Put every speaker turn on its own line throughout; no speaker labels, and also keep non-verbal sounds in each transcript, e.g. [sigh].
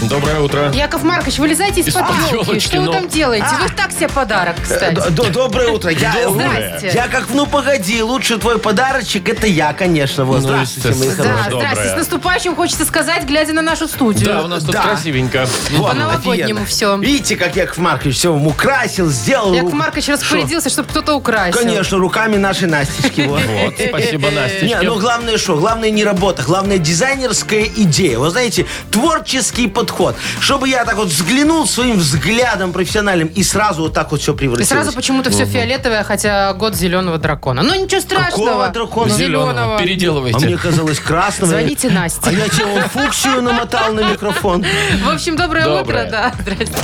Доброе утро.
Яков Маркович, вылезайте из-под
Из-под
елки.
ёлочки,
Что
ну. Э,
вы там делаете? Вы так себе подарок,
Д-
кстати.
д- Доброе утро. Я, э,
Доброе. Здрасте.
я как, ну погоди, лучше твой подарочек, это я, конечно. Вот,
Ну,
здравствуйте, мои
естественно.
Да,
хорошие.
Доброе.
здрасте. С наступающим, хочется сказать, глядя на нашу студию.
Да, у нас тут
Да. Ну,
красивенько.
Вот,
По-новогоднему
офигенно.
всё.
Видите, как Яков Маркович все вам украсил, сделал.
Яков
ру-
Маркович распорядился, чтобы кто-то украсил.
Конечно, руками нашей Настечки.
[laughs]
вот.
Вот, спасибо,
Не,
Настечка.
ну главное что? Главное не работа, главное дизайнерская идея. Вот знаете, творческий подход. Чтобы я так вот взглянул своим взглядом профессиональным и сразу вот так вот все
И
превратилось.
сразу почему-то все фиолетовое, хотя год зеленого дракона. Ну, ничего страшного.
Какого дракона?
Зеленого.
Зеленого.
А мне
Переделывайте.
казалось красного.
Звоните
А
Насте.
я тебе вон фуксию намотал на микрофон.
В общем, доброе,
Доброе.
утро. Да, здрасте.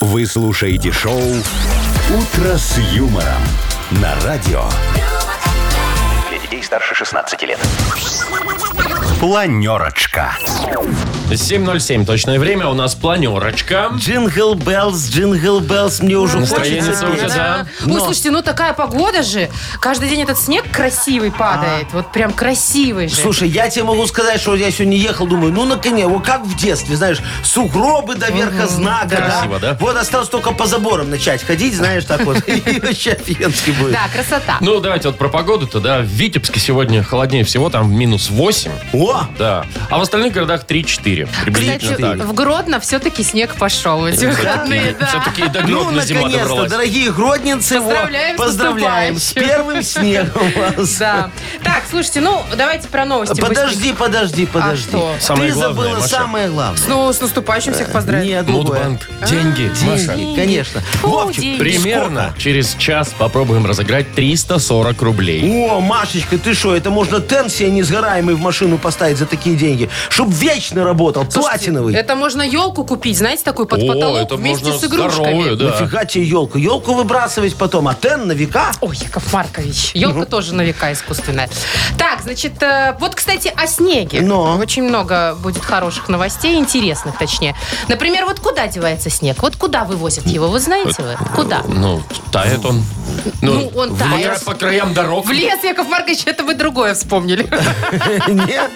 Вы слушаете шоу «Утро с юмором» на радио. Для детей старше 16 лет. Планерочка.
А 7.07 точное время. У нас планерочка.
Джингл Беллс, Джингл Беллс, мне уже
Настроение
хочется
А тоже,
петь.
да.
Ой, слушайте, ну такая погода же. Каждый день этот снег красивый
А.
падает. Вот прям красивый же.
Слушай, я тебе могу сказать, что вот я сегодня ехал, думаю, ну наконец, вот как в детстве, знаешь, сугробы до верха знака.
Красиво, да?
Вот осталось только по заборам начать ходить, знаешь, так вот. [laughs] И вообще офигенски будет.
Да, красота.
Ну, давайте вот про погоду-то, да. В Витебске сегодня холоднее всего, там в минус 8.
О,
Да. А в остальных городах 3-4. Приблизительно
Кстати,
так.
в Гродно все-таки снег пошел эти выходные, да.
Все-таки до
ну,
Гродно зима
наконец-то,
добралась.
дорогие гродницы, во,
Поздравляем с
поздравляем с
наступающим.
первым снегом
[laughs]
вас.
Да. Так, слушайте, ну давайте про новости.
Подожди, подожди, подожди.
А что?
Самое
Ты
главное,
забыла
Маша.
самое главное.
быстренько. Ну, с наступающим
Э,
всех поздравляю.
Нет, другое.
Мудбанк. Деньги, Маша.
А, Деньги, конечно.
Фу,
Вовчик,
деньги.
Примерно через час попробуем разыграть 340 рублей.
О, Машечка, ты что, это можно тент себе несгораемый в машину поставить за такие деньги, чтоб вечно работал, платиновый.
Это можно елку купить, знаете, такую под потолок
это
вместе
можно
с игрушками.
здоровую, да.
Нафига тебе елку? Елку выбрасывать потом, а тен
[laughs]
на века?
Ой, Яков Маркович, елка тоже на века искусственная. Так, значит, э, вот, кстати, о снеге.
Но.
Очень много будет хороших новостей, интересных точнее. Например, вот куда девается снег? Вот куда вывозят его, вы знаете вы? Куда?
Ну, тает он.
Ну, он
в
тает.
кра- По краям дорог.
В лес, Яков Маркович, это вы другое вспомнили.
Нет?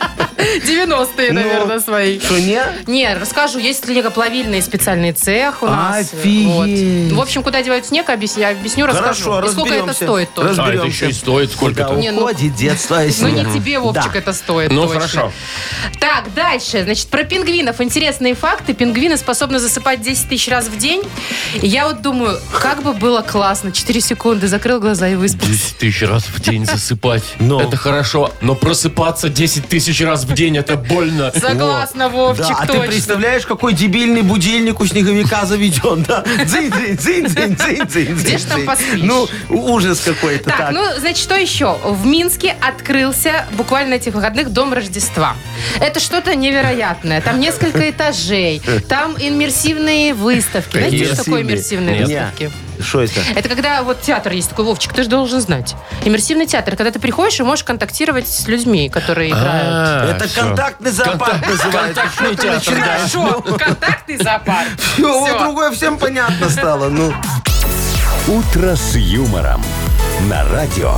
90-е, наверное, свои.
Ну, Что, не?
Не, расскажу. Есть снегоплавильный специальный цех у нас.
Офигеть.
Вот. В общем, куда девают снег, объяс- я объясню, расскажу.
Хорошо,
И сколько это
разберемся.
стоит тоже.
Разберемся.
А, это еще и стоит сколько-то.
Куда
Не, ну-
уходит детство и
Ну, не
снег?
тебе, Вовчик,
Да.
это стоит.
Ну,
точно.
хорошо.
Так, дальше. Значит, про пингвинов. Интересные факты. Пингвины способны засыпать 10 тысяч раз в день. И я вот думаю, как бы было классно. 4 секунды, закрыл глаза и выспался.
10 тысяч раз в день засыпать.
Ну.
Это хорошо, [laughs] но просыпаться 10 тысяч раз в день, это
[laughs]
больно.
Согласна,
Да,
Вовчик,
а ты
точно.
представляешь, какой дебильный будильник у снеговика заведен, да? Дзынь, дзынь, дзынь, дзынь, дзынь, дзынь,
Где ж там
дзынь.
поспишь?
Ну, ужас какой-то.
Так, ну, значит, что еще? В Минске открылся буквально этих выходных Дом Рождества. Это что-то невероятное. Там несколько этажей, там иммерсивные выставки. Знаете, что такое
Иммерсивные?
иммерсивные
Нет.
выставки?
Что это?
Это когда вот театр есть такой, Вовчик, ты же должен знать. Иммерсивный театр, когда ты приходишь и можешь контактировать с людьми, которые играют.
А,
Это
всё.
контактный зоопарк называется.
Контактный
Что ты
театр, да.
начинаешь?
Хорошо, контактный зоопарк.
Всё, вот
Всё.
Ну, другое всем понятно стало. Ну,
«Утро с юмором» на радио.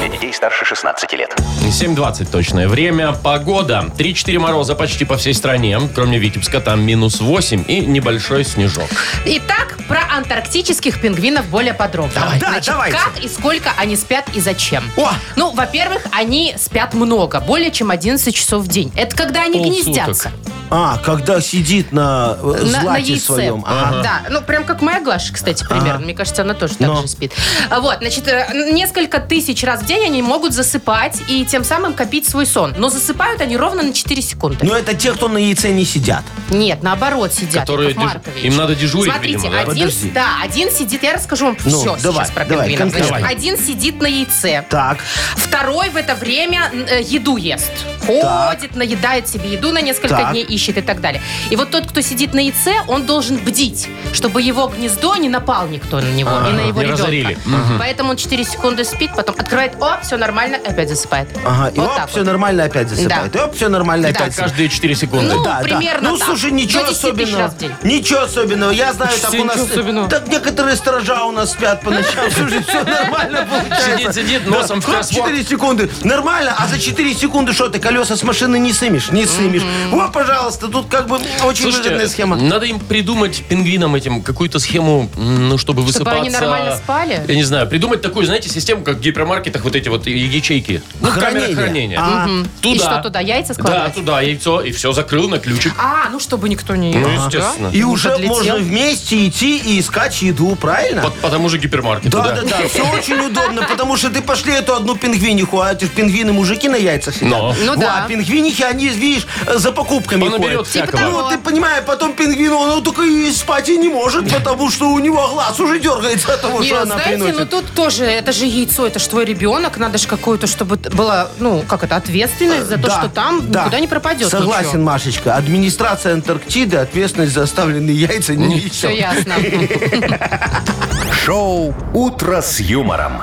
Для детей старше 16 лет.
7.20 точное время. Погода. 3-4 мороза почти по всей стране. Кроме Витебска, там минус 8 и небольшой снежок.
Итак, про антарктических пингвинов более подробно.
Давай. Да, давайте.
Как и сколько они спят и зачем?
О!
Ну, во-первых, они спят много, более чем 11 часов в день. Это когда они
Полсуток.
гнездятся.
а, когда сидит на э,
На, на
злате
яйце.
своем. Ага.
Да, ну прям как моя Глаша, кстати, примерно. Мне кажется, она тоже так
Но.
же спит. А Вот, значит, э, несколько тысяч раз в день они могут засыпать и тем самым копить свой сон. Но засыпают они ровно на 4 секунды.
Но Ну, это те, кто на яйце не сидят.
Нет, наоборот сидят.
Которые
Яков
дежу-
Маркович.
им надо дежурить,
Смотрите,
видимо, да?
один,
Подожди.
да, один сидит, я расскажу вам
Ну,
все
давай,
сейчас про
давай,
пингвинов. Значит,
конкретно.
один сидит на яйце.
Так.
Второй в это время м, э, еду ест. Ходит,
Так.
наедает себе еду на несколько
Так.
дней, ищет и так далее. И вот тот, кто сидит на яйце, он должен бдить, чтобы его гнездо не напал никто на него и на его
не
ребенка.
разорили.
Поэтому он 4 секунды спит, потом открывает, о, все нормально, и опять засыпает.
Ага, и
Вот
оп,
так
все
вот.
нормально опять засыпает.
Да.
И оп, все
Да,
нормально опять засыпает.
Каждые 4 секунды.
Ну, примерно
Ну,
так.
слушай,
До
ничего
10 тысяч
особенного.
раз в день.
Ничего особенного. Я знаю,
Что
так
себе,
у нас...
ничего особенного?
Так некоторые сторожа у нас спят
[laughs]
по ночам. Слушай, все
Ну,
нормально получается.
Сидит, сидит, носом в
Хоп,
кроссворд.
4 секунды. Нормально, а за 4 секунды что ты колеса с машины не сымешь? Не сымешь. Вот, пожалуйста, тут как бы очень выгодная схема.
надо им придумать пингвинам этим какую-то схему, м, ну, чтобы высыпаться.
они нормально спали?
Я не знаю, придумать такую, знаете, систему, как в гипермаркетах, вот эти вот ячейки. Ну,
Хранение.
камера хранения.
А.
Туда.
И что туда, яйца
Да,
складывать?
туда яйцо, и все, закрыл на ключик.
А, ну чтобы никто не...
Ну,
Ага.
естественно.
И уже
подлетел.
можно вместе идти и искать еду, правильно?
По, по тому же гипермаркету,
Да,
да.
да,
[laughs]
да, все очень удобно, потому что ты пошли эту одну пингвиниху, а эти ж пингвины мужики на яйцах сидят.
Но.
Ну
Во,
да.
А пингвинихи, они, видишь, э, за покупками
Понаберет
ходят.
всякого.
Типа того.
Ну, ты понимаешь, потом пингвин, он только и спать и не может, потому что у него глаз уже дергается от того,
Не,
что она
знаете, ну
приносит.
тут тоже, это же яйцо, это же твой ребенок, надо же какую-то, чтобы т- была, ну, как это, ответственность за то,
Да,
что там
да.
никуда не пропадет.
Согласен, Машечка. Администрация Антарктиды ответственность за оставленные яйца
Ну,
не несет.
Все ясно.
Шоу «Утро с юмором».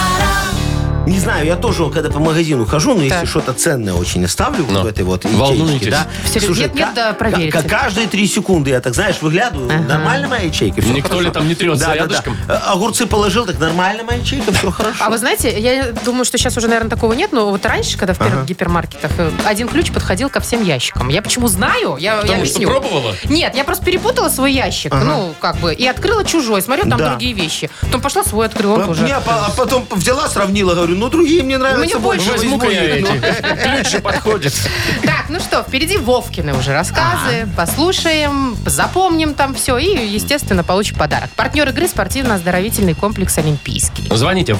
Не знаю, я тоже, когда по магазину хожу, но если
Так.
что-то ценное очень оставлю
Ну.
вот в этой вот
Волнуетесь?
ячейке, да.
Все говорят, нет-нет,
ка-
да,
ка-
проверьте.
ка- каждые три секунды я так, знаешь, выглядываю, нормально моя ячейка, все
Никто ли там не трется а рядышком?
Э, Огурцы положил, так нормально моя ячейка, все хорошо.
А вы знаете, я думаю, что сейчас уже, наверное, такого нет, но вот раньше, когда в первых гипермаркетах, э, один ключ подходил ко всем ящикам. Я почему знаю? Я, я
Потому что
объясню.
пробовала?
Нет, я просто перепутала свой ящик, ну, как бы, и открыла чужой. Смотрю, там
Да.
другие вещи. Потом пошла свой открыла, он
По-
тоже.
не, по- а потом взяла, сравнила, говорю, ну другие мне нравятся
Мне
больше.
больше
возьму
Возьму-ка я
их.
эти. Ключи подходит.
Так, ну что, впереди Вовкины уже рассказы. Послушаем, запомним там все и, естественно, получим подарок. Партнер игры спортивно-оздоровительный комплекс «Олимпийский».
Звоните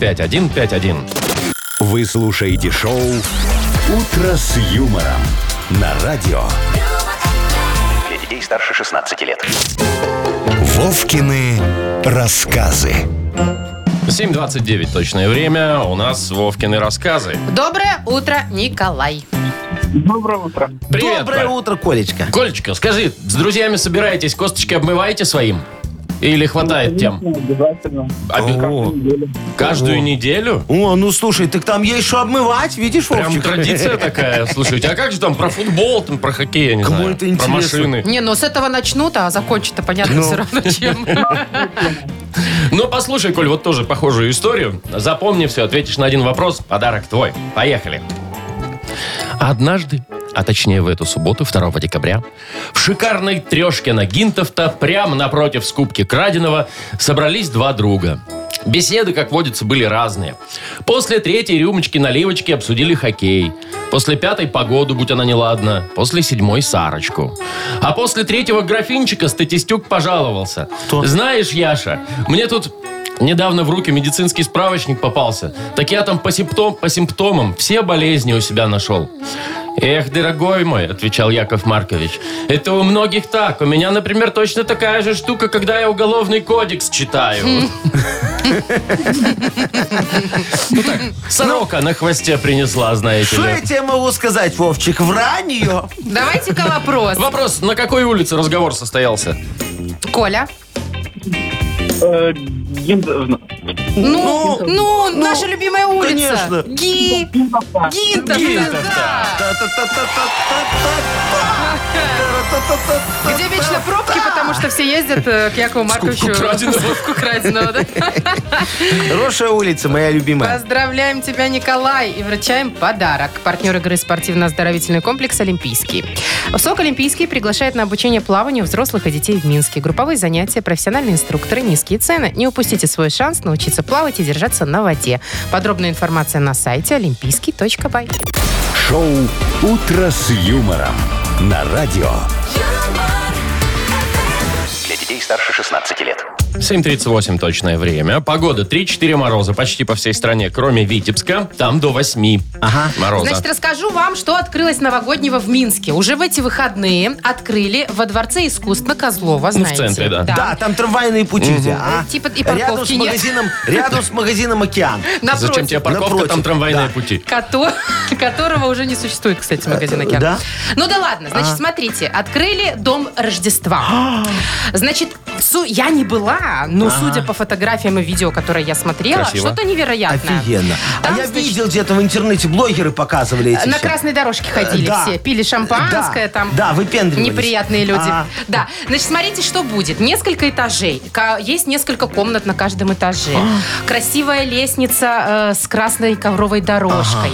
8017-269-5151.
Вы слушаете шоу «Утро с юмором» на радио.
Для детей старше 16 лет.
Вовкины рассказы.
7.29 точное время. У нас Вовкины рассказы.
Доброе утро, Николай.
Доброе утро.
Привет,
Доброе
Коль.
утро, Колечка.
Колечка, скажи, с друзьями собираетесь, косточки обмываете своим? Или хватает тем?
Обязательно.
Обе-
О,
Каждую неделю?
о, ну слушай, так там есть что обмывать, видишь,
Прям
Вовчик? [laughs]
традиция такая. Слушайте, а как же там про футбол, там про хоккей, я не
Кому
знаю,
это интересно?
про машины?
Не, ну с этого начнут, а закончат-то понятно
Ну.
все равно чем.
Ну, послушай, Коль, вот тоже похожую историю. Запомни все, ответишь на один вопрос, подарок твой. Поехали. Однажды, а точнее в эту субботу, 2 декабря, в шикарной трешке на Гинтовта, прямо напротив скупки краденого, собрались два друга. Беседы, как водится, были разные. После третьей рюмочки-наливочки обсудили хоккей. После пятой погоду, будь она неладна. После седьмой Сарочку. А после третьего графинчика статистюк пожаловался. Знаешь, Яша, мне тут Недавно в руки медицинский справочник попался. Так я там по, симптом, по симптомам все болезни у себя нашел. «Эх, дорогой мой», — отвечал Яков Маркович, — «это у многих так. У меня, например, точно такая же штука, когда я уголовный кодекс читаю». Ну так, Сорока на хвосте принесла, знаете
Что я
ли.
тебе могу сказать, Вовчик? Вранье.
Давайте-ка вопрос.
Вопрос, на какой улице разговор состоялся?
Коля.
Э, Гин-
Ну,
Ну,
ну, наша любимая улица.
конечно.
Ги.
Гинтовка.
Гинтов. да. Где вечно пробки, потому что все ездят э, к Якову Марковичу.
краденого.
Скупку краденого, да?
Хорошая улица, моя любимая.
Поздравляем тебя, Николай, и вручаем подарок. Партнер игры спортивно-оздоровительный комплекс «Олимпийский». СОК «Олимпийский» приглашает на обучение плаванию взрослых и детей в Минске. Групповые занятия, профессиональные инструкторы, низкие цены. Не упустите свой шанс научиться плавать и держаться на воде. Подробная информация на сайте олимпийский.бай.
Шоу «Утро с юмором» на радио.
Для детей старше 16 лет.
7.38 точное время. Погода 3-4 мороза почти по всей стране, кроме Витебска. Там до 8 мороза.
Значит, расскажу вам, что открылось новогоднего в Минске. Уже в эти выходные открыли во Дворце искусств на Козлова,
Ну, в
знаете.
центре, да.
Да, там трамвайные пути. где, а?
Типа и
рядом с
парковки нет.
магазином, рядом с магазином океан.
Напротив.
Зачем тебе парковка,
Напротив,
там трамвайные
да.
пути.
Кото- [laughs] которого уже не существует, кстати, магазин «Океан».
Э, Да? А.
Ну да ладно, значит, смотрите, открыли дом
[gasps]
Рождества. Значит, су- я не была,
А.
но судя по фотографиям и видео, которые я смотрела,
Красиво.
что-то невероятное.
Офигенно.
Там,
а я
значит,
видел где-то в интернете, блогеры показывали эти
Э, На
все.
красной дорожке ходили
Э, да.
все, пили шампанское
Да,
там.
да, выпендривались.
Неприятные люди.
А.
Да. Значит, смотрите, что будет. Несколько этажей. Ка- Есть несколько комнат на каждом этаже.
А.
Красивая лестница э, с красной ковровой дорожкой.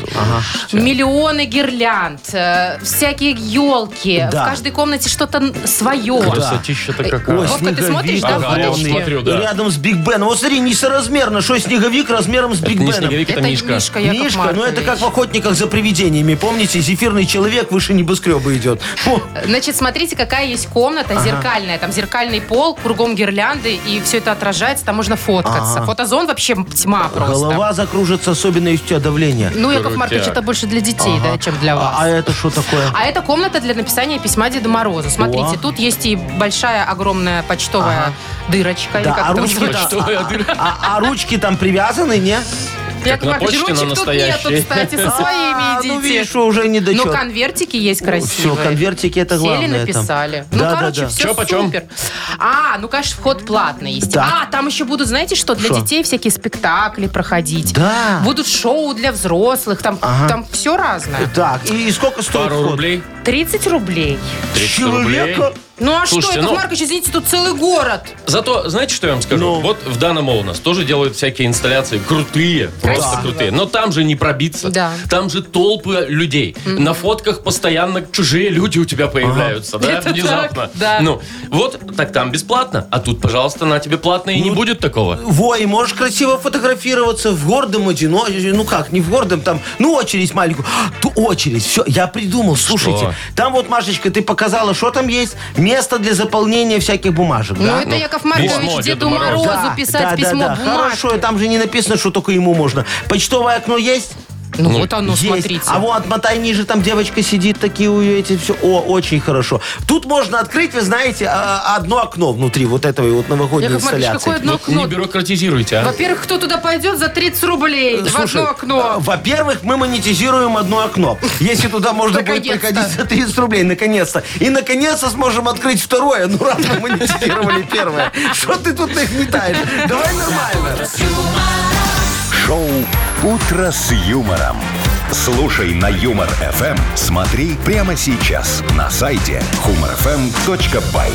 Миллионы гирлянд. э, всякие елки.
Да.
В каждой комнате что-то н- свое.
Красотища-то какая.
Ой,
Вовка, ты смотришь,
снеговик.
да,
Ага, я вот
фоточки?
смотрю, да.
И рядом с Биг Беном. Вот смотри, несоразмерно, что снеговик размером с Биг
Это не
Беном.
снеговик, это,
Это Мишка,
мишка.
Яков
Мишка, ну это
Маркович.
как в «Охотниках за привидениями». Помните, зефирный человек выше небоскреба идет. Фу.
Значит, смотрите, какая есть комната зеркальная. Там зеркальный пол, кругом гирлянды, и все это отражается, там можно фоткаться. Фотозон вообще тьма просто.
Голова закружится, особенно если у тебя давление.
Ну, Яков Маркович,
Крутяк.
это больше для детей, да, чем для вас.
А, а это что такое?
А это комната для написания письма Деду Морозу. Смотрите,
О.
тут есть и большая, огромная почтовая дырочка. или
Да,
как
а
это
ручки
называется.
там,
Почтовая дырка.
а- а ручки там
[laughs]
привязаны, не?
Яков
на
Маркович,
почте, но
ручек тут
настоящие.
нету, кстати, со своими
А, ну видишь,
идите.
уже не
Но
дочет.
конвертики
Ну,
есть красивые.
Все, конвертики это
Сели,
главное. там.
написали. Ну,
Да, да,
короче,
да.
все
Чё почём?
супер. А, ну, конечно, вход платный есть.
Да.
А, там еще будут, знаете что, для
Шо?
детей всякие спектакли проходить.
Да.
Будут шоу для взрослых, там, там все разное.
Так, и сколько стоит
Пару
вход?
рублей.
30 рублей.
30
Человека?
рублей.
Ну а
Слушайте,
что, Яков
ну-
Маркович, извините, тут целый город.
Зато, знаете, что я вам скажу?
Ну.
Вот в Данном у нас тоже делают всякие инсталляции крутые, просто
Красиво.
крутые. Но там же не пробиться.
Да.
Там же толпы людей. На фотках постоянно чужие люди у тебя появляются, да,
Это
внезапно.
так, да.
Ну, вот, так там бесплатно, а тут, пожалуйста, на тебе платно
Ну,
и не будет такого.
Во, и можешь красиво фотографироваться в гордом одиночестве. Ну как, не в гордом, там, ну очередь маленькую. А, ту очередь, все, я придумал, слушайте. Там вот, Машечка, ты показала, что там есть. Место для заполнения всяких бумажек,
Ну,
да?
это Яков Маркович
письмо
Деду,
Деду
Морозу
Морозу.
Да,
писать
да, да,
письмо
да.
бумажки.
Хорошо, и там же не написано, что только ему можно. Почтовое окно есть?
Ну, вот оно,
Есть.
смотрите.
А вот отмотай ниже, там девочка сидит, такие у нее эти все. О, очень хорошо. Тут можно открыть, вы знаете, а, одно окно внутри вот этого и вот новогодней
Яков Маркович,
инсталляции.
какое одно
Вот Ну, не
окно?
бюрократизируйте, а. [laughs]
Во-первых, кто туда пойдет за 30 рублей в одно
Слушай, э,
окно?
Во-первых, мы монетизируем одно окно. Если туда можно будет
Наконец-то.
приходить за 30 рублей, наконец-то. И наконец-то сможем открыть второе. Ну, раз мы монетизировали первое. Что ты тут нагнетаешь? Давай нормально.
Шоу «Утро с юмором». Слушай на Юмор ФМ. Смотри прямо сейчас на сайте humorfm.by.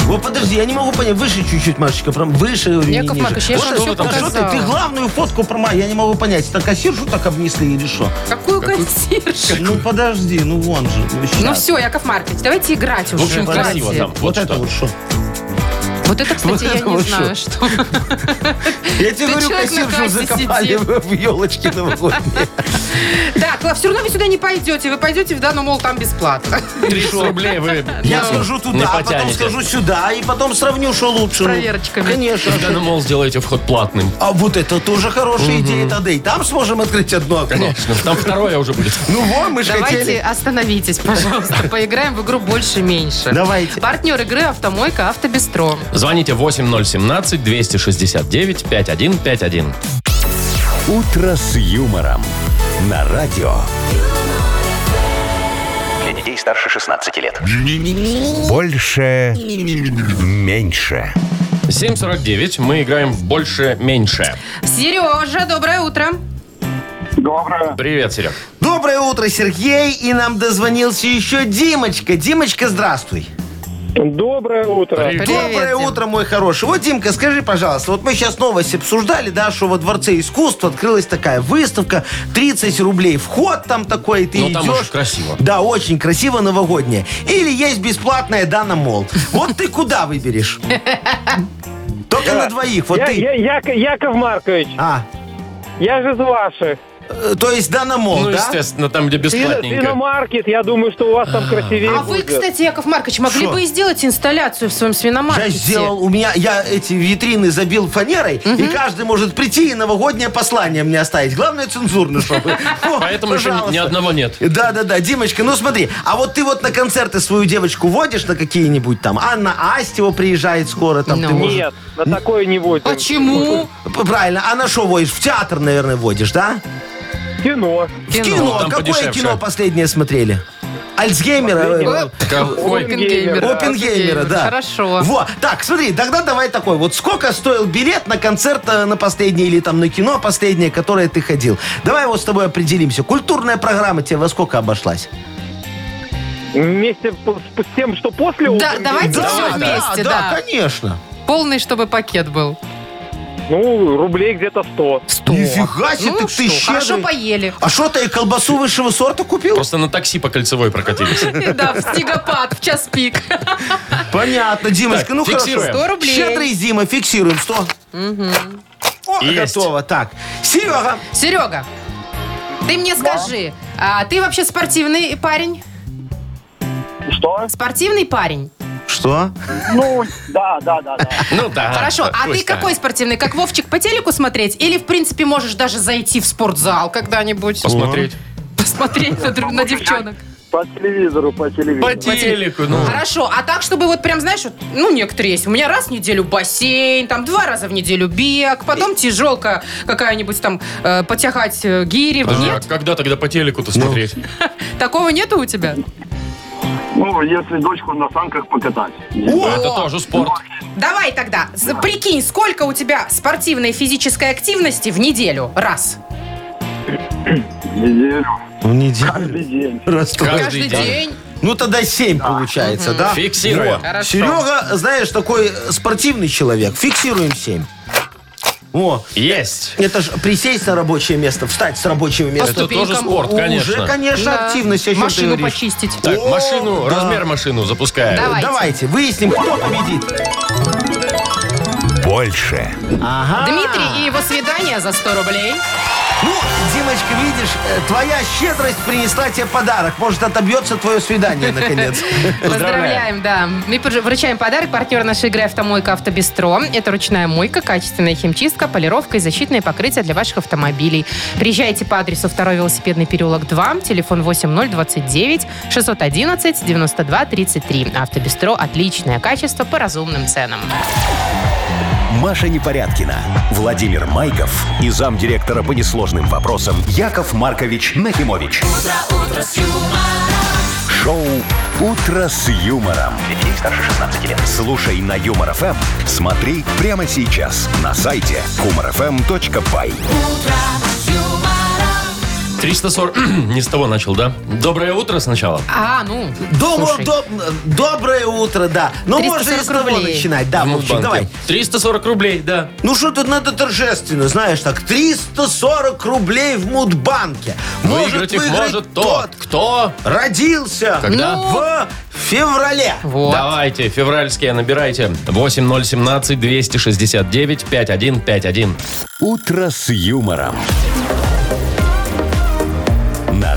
Вот подожди, я не могу понять. Выше чуть-чуть, Машечка. Прям выше. говорю, не
Яков
ниже.
Маркович, я
Вот
же
это
все
вот, а что ты,
показала.
ты главную фотку прома, я не могу понять. Это кассиршу так обнесли или что?
Какую консьержку?
Ну подожди, ну вон же.
Ну
щас.
все, Яков Маркович, давайте играть уже.
В общем,
хватит.
красиво там. Вот
Вот это
что.
вот что.
Вот это, кстати,
Вот
я
это
не
вот
знаю, что.
Я тебе
Ты
говорю,
человек на
кассиршу
кассе
закопали
сидит.
в елочке
[laughs]
новогодней.
Так, все равно вы сюда не пойдете. Вы пойдете в Дану, мол, там бесплатно.
30 рублей вы
Я
ну,
схожу
не
туда, а потом
потянете.
схожу сюда, и потом сравню, что
С
лучше.
проверочками.
Конечно.
Да, ну, мол, сделайте вход платным.
А вот это тоже хорошая идея, Тадей. Там сможем открыть одно окно.
Конечно, там второе уже будет.
Ну вот, мы же
Давайте
хотели.
остановитесь,
[laughs]
пожалуйста. Поиграем в игру «Больше-меньше».
Давайте.
Партнер игры «Автомойка Автобестро».
Звоните 8017-269-5151.
«Утро с юмором» на радио.
Для детей старше 16 лет.
Больше. Меньше.
7.49. Мы играем в «Больше-меньше».
Сережа, доброе утро.
Доброе.
Привет, Серег.
Доброе утро, Сергей. И нам дозвонился еще Димочка. Димочка, здравствуй.
Доброе утро.
Привет.
Доброе
Дим.
утро, мой хороший. Вот, Димка, скажи, пожалуйста, вот мы сейчас новость обсуждали, да, что во Дворце искусств открылась такая выставка, 30 рублей вход там такой, и ты
Ну,
идешь.
там очень красиво.
Да, очень красиво, новогоднее. Или есть бесплатная Дана Мол. Вот ты куда выберешь? Только на двоих, вот
Я-
ты.
я- Яко- Яков Маркович,
А,
я же из ваших.
Э, То есть Данамол,
Ну,
да?
естественно, там, где бесплатненько.
Свиномаркет, я думаю, что у вас там красивее
А
будет.
вы, кстати, Яков Маркович, могли
Шо?
бы и сделать инсталляцию в своем
Я
свиномаркете.
сделал, у меня, я эти витрины забил фанерой, и каждый может прийти и новогоднее послание мне оставить. Главное, цензурно, чтобы. О,
Поэтому еще ни- ни
пожалуйста.
одного нет.
Да-да-да, Димочка, ну смотри, а вот ты вот на концерты свою девочку водишь на какие-нибудь там? Анна Астева приезжает скоро, там
Ну.
ты можешь...
Нет, на такое не будет.
Почему?
П- Правильно, а на что водишь? В театр, наверное, водишь, да?
Кино.
В кино.
там
Какое
подешевше.
кино последнее смотрели? Альцгеймера? э,
Какой?
Опенгеймера.
[laughs] Опенгеймера, да.
Хорошо.
Вот, так, смотри, тогда давай такой. Вот сколько стоил билет на концерт э, на последнее или там на кино последнее, которое ты ходил? Давай вот с тобой определимся. Культурная программа тебе во сколько обошлась?
Вместе по- с с тем, что после
Да,
Open
давайте
Gate,
все вместе,
да,
да.
конечно.
Полный, чтобы пакет был.
Ну, рублей где-то 100.
Сто.
Нифига себе,
ну,
так ты
что, хорошо
щедрый.
поели.
А что ты колбасу высшего сорта купил?
Просто на такси по кольцевой
[laughs]
прокатились.
Да, в снегопад, в час пик.
Понятно, Димочка,
Так,
ну
фиксируем.
хорошо.
100 рублей.
Щедрый Дима, фиксируем 100. О,
Есть.
готово, так. Серега,
Серега, ты мне скажи, а ты вообще спортивный парень?
Что?
Спортивный парень?
что?
Ну, да, да, да, да.
Ну да.
Хорошо. А
пусть
ты какой
так.
спортивный? Как Вовчик по телеку смотреть? Или, в принципе, можешь даже зайти в спортзал когда-нибудь?
Посмотреть.
Посмотреть на, друг- на девчонок.
По телевизору, по
По
телевизору.
телеку, ну.
Хорошо. А так, чтобы вот прям, знаешь, вот, ну, некоторые есть. У меня раз в неделю бассейн, там два раза в неделю бег, потом тяжелка какая-нибудь там э, потягать э, гири.
Подожди, а
Нет?
когда тогда по телеку-то смотреть?
Такого нету у тебя?
Ну, если дочку на санках покатать.
Ну, Это тоже спорт.
Давай тогда, з- прикинь, сколько у тебя спортивной физической активности в неделю? Раз.
Неделю.
В неделю.
день.
Ростов.
Каждый день.
Ну тогда 7 получается, да?
Фиксируем.
Во.
Хорошо.
Серега, знаешь, такой э, спортивный человек. Фиксируем 7. О,
Есть.
это же присесть на рабочее место, встать с рабочего места.
Это тоже
ступенькам
спорт,
Уже,
конечно.
конечно,
Да.
активность, о чем ты
Машину
говоришь.
почистить.
Так,
О,
машину,
да.
размер машину запускаем.
Давай.
Давайте. выясним, кто победит.
Больше.
Ага.
Дмитрий и его свидание за 100 рублей.
Ну, Димочка, видишь, э, твоя щедрость принесла тебе подарок. Может, отобьется твое свидание,
[laughs]
наконец.
Поздравляем.
Поздравляем, да. Мы пож- вручаем подарок. Партнер нашей игры «Автомойка Автобестро». Это ручная мойка, качественная химчистка, полировка и защитное покрытие для ваших автомобилей. Приезжайте по адресу 2 велосипедный переулок 2, телефон 8029 611 92 33. «Автобестро» – отличное качество по разумным ценам.
Маша Непорядкина, Владимир Майков и замдиректора по несложным вопросам Яков Маркович Нахимович. Шоу Утро с юмором. Для детей старше 16 лет. Слушай на юмор ФМ. Смотри прямо сейчас на сайте humorfm.by.
340... [clears throat] Не с того начал, да? Доброе утро сначала.
А, ну,
Дома-
слушай.
доб- доброе утро, да. Ну, можно и с
340
того
рублей.
начинать. Да,
Ну, в
Вовчик,
банке.
давай.
340 рублей, да.
Ну что тут надо торжественно, знаешь так, 340 рублей в Мудбанке.
Выиграть их может тот, кто...
родился
Когда?
в феврале.
Вот.
Давайте, февральские набирайте. 8017-269-5151.
Утро с юмором. На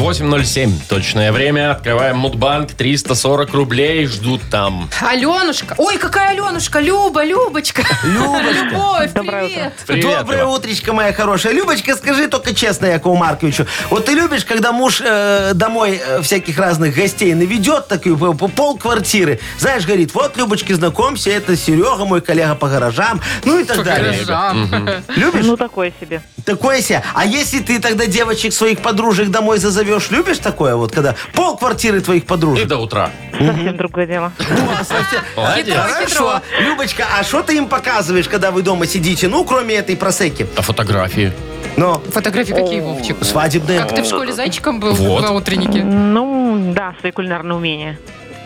8.07. Точное время. Открываем Мудбанк. 340 рублей ждут там.
Аленушка. Ой, какая Аленушка. Люба, Любочка.
Любочка.
[laughs] Любовь, привет.
Привет,
Доброе
Вова.
утречко, моя хорошая. Любочка, скажи только честно Якову Марковичу. Вот ты любишь, когда муж э, домой э, всяких разных гостей наведет, так и по пол квартиры. Знаешь, говорит, вот, Любочки, знакомься, это Серега, мой коллега по гаражам, ну и так далее. Любишь?
Ну, такое себе.
Такое себе. А если ты тогда девочек своих подружек домой зазовешь, любишь такое вот, когда пол квартиры твоих
И
подружек?
до утра.
Совсем другое дело.
Ну, совсем-
Молодец.
Хорошо. Любочка, а что ты им показываешь, когда вы дома сидите? Ну, кроме этой просеки.
А фотографии?
Но
Фотографии какие, Вовчик?
свадебные.
Как ты в школе зайчиком был
Вот.
на утреннике?
Ну, да, свои кулинарные умения.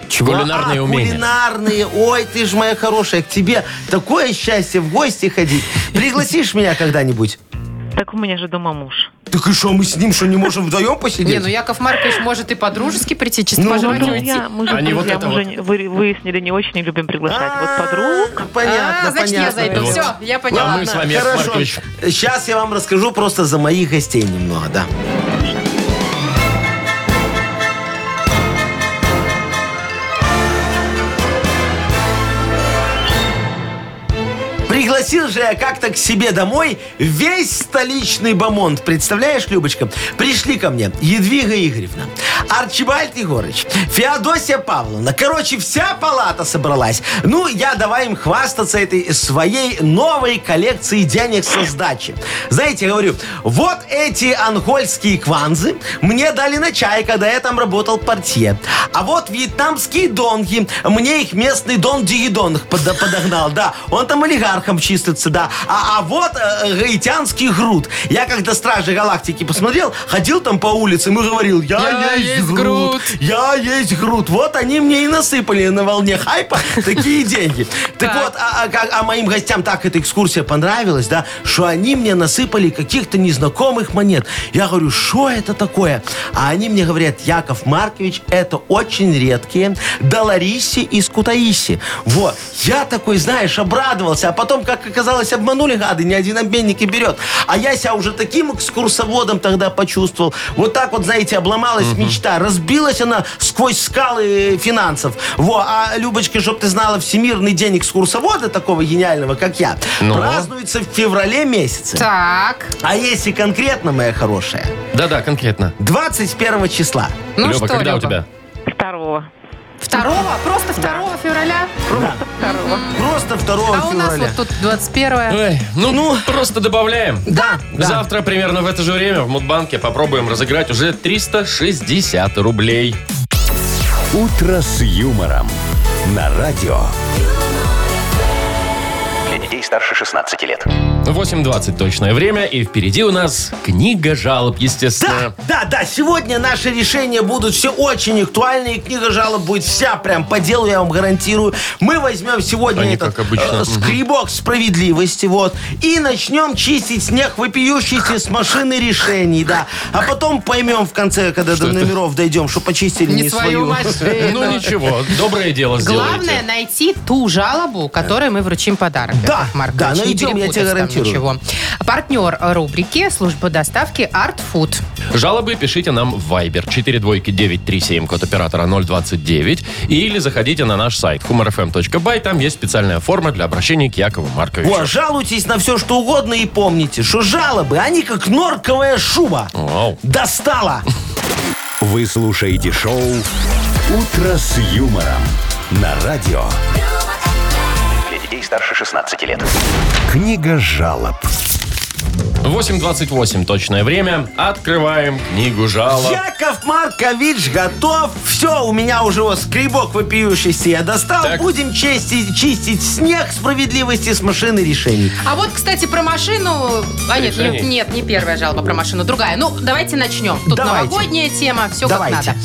Чего?
Кулинарные
А,
умения.
Кулинарные. Ой, ты же моя хорошая. К тебе такое счастье в гости ходить. Пригласишь меня когда-нибудь?
Так у меня же дома муж.
Так и что, мы с ним что, не можем вдвоем
Не,
посидеть?
ну Яков Маркович может и по-дружески прийти,
Ну,
чисто пожелать и
мы
уйти.
друзья, Ну, мы же
Они вот
друзья,
это
мы
вот.
же не- вы- выяснили, не очень любим приглашать. Вот подруг.
А, Понятно,
А, значит, я
понятно.
зайду.
понятно.
Все, я поняла.
А мы с вами, Яков Маркович.
Сейчас я вам расскажу просто за моих гостей немного, да. Пригласил же я как-то к себе домой весь столичный бомонд. Представляешь, Любочка? Пришли ко мне Едвига Игоревна, Арчибальд Егорыч, Феодосия Павловна. Короче, вся палата собралась. Ну, я давай им хвастаться этой своей новой коллекцией денег со сдачи. Знаете, я говорю, вот эти ангольские кванзы мне дали на чай, когда я там работал портье. А вот вьетнамские донги, мне их местный дон Диедонг подо- подогнал, да. Он там олигархом чистится, да. А, а вот э, гаитянский груд. Я когда Стражи Галактики посмотрел, ходил там по улицам и говорил, я,
Я
есть,
есть
груд.
Грут».
Я есть груд. Вот они мне и насыпали на волне хайпа такие деньги. Так вот, а, а как- а моим гостям так эта экскурсия понравилась, да, что они мне насыпали каких-то незнакомых монет. Я говорю, что это такое? А они мне говорят, Яков Маркович, это очень редкие Долариси из Кутаиси. Вот. Я такой, знаешь, обрадовался, а потом, как оказалось, обманули гады, ни один обменник и берет. А я себя уже таким экскурсоводом тогда почувствовал. Вот так вот, знаете, обломалась мечта. Разбилась она сквозь скалы финансов. Во, а Любочка, чтоб ты знала, Всемирный день экскурсовода, такого гениального, как я,
Ну.
празднуется в феврале месяце.
Так,
А если конкретно, моя хорошая,
Да-да, конкретно.
21 числа.
ну
Лёва,
что,
когда у
Лёва?
тебя?
Второго.
Второго? Просто 2 февраля?
Второго.
Просто 2
А у нас
февраля.
вот тут 21
Ой, ну,
Ну.
просто добавляем.
Да, да.
Завтра примерно в это же время в Мудбанке попробуем разыграть уже 360 рублей.
«Утро с юмором» на радио.
Для детей старше 16 лет.
8.20 точное время, и впереди у нас книга жалоб,
Да,
естественно.
да, да. Сегодня наши решения будут все очень актуальны, и книга жалоб будет вся прям по делу, я вам гарантирую. Мы возьмем сегодня
Они,
этот
как обычно,
э, скребок справедливости, вот, и начнем чистить снег вопиющийся с машины решений, да. А потом поймем в конце, когда до
это?
номеров дойдем, что почистили не,
не свою машину.
Ну ничего, доброе дело
Главное
сделаете.
найти ту жалобу, которой мы вручим подарок.
Да,
Яков Маркович.
да,
Не
найдем, я тебе
перепутать там
гарантирую.
ничего. Партнер рубрики служба доставки Art Food.
Жалобы пишите нам в Viber 42937, код оператора 029, или заходите на наш сайт humorfm.by, там есть специальная форма для обращения к Якову Марковичу.
О, жалуйтесь на все, что угодно, и помните, что жалобы, они как норковая шуба.
Вау.
Достала.
Вы слушаете шоу «Утро с юмором» на радио.
Для детей старше 16 лет.
Книга жалоб.
8.28 точное время. Открываем книгу жалоб.
Яков Маркович готов. Все, у меня уже вот скребок вопиющийся я достал.
Так.
Будем чистить, чистить снег справедливости с машины решений.
А вот, кстати, про машину... А нет,
Решение.
не- нет, не первая жалоба про машину, другая. Ну, давайте начнем. Тут
Давайте.
новогодняя тема, все
Давайте.
как надо.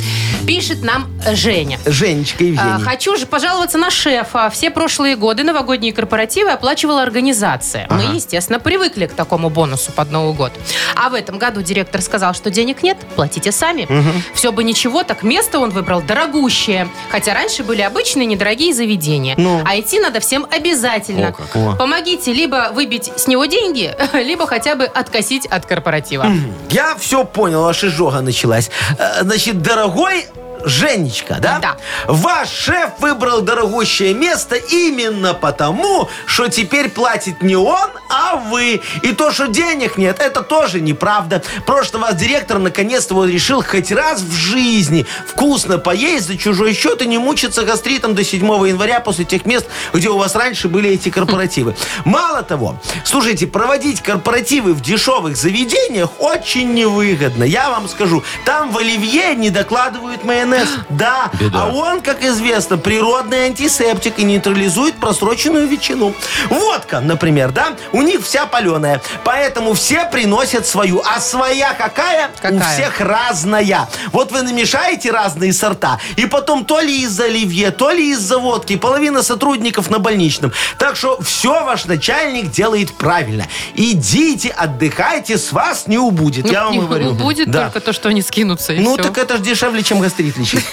Пишет нам Женя.
Женечка
А,
Евгений.
Хочу же пожаловаться на шефа. Все прошлые годы новогодние корпоративы оплачивала организация. Мы, естественно, привыкли к такому бонусу под Новый год. А в этом году директор сказал, что денег нет, платите сами. Все бы ничего, так место он выбрал дорогущее. Хотя раньше были обычные недорогие заведения.
Ну.
А идти надо всем обязательно.
О, как.
О.
Помогите либо выбить с него деньги, [laughs] либо хотя бы откосить от корпоратива.
Я все понял, аж изжога началась. Э, Значит, дорогой Женечка, да?
Да.
Ваш шеф выбрал дорогущее место именно потому, что теперь платит не он, а вы. И то, что денег нет, это тоже неправда. Прошлый вас директор наконец-то вот решил хоть раз в жизни вкусно поесть за чужой счет и не мучиться гастритом до 7 января после тех мест, где у вас раньше были эти корпоративы. Мало того, слушайте, проводить корпоративы в дешевых заведениях очень невыгодно. Я вам скажу, там в Оливье не докладывают майонез майонез. Да.
Беда.
А он, как известно, природный антисептик и нейтрализует просроченную ветчину. Водка, например, да? У них вся паленая. Поэтому все приносят свою. А своя какая? У
Какая?
всех разная. Вот вы намешаете разные сорта, и потом то ли из оливье, то ли из-за водки. Половина сотрудников на больничном. Так что все ваш начальник делает правильно. Идите, отдыхайте, с вас не убудет. Я вам говорю.
Будет Ну,
Да.
только то, что они скинутся, и
Ну,
все.
так это же дешевле, чем гастрит лечить.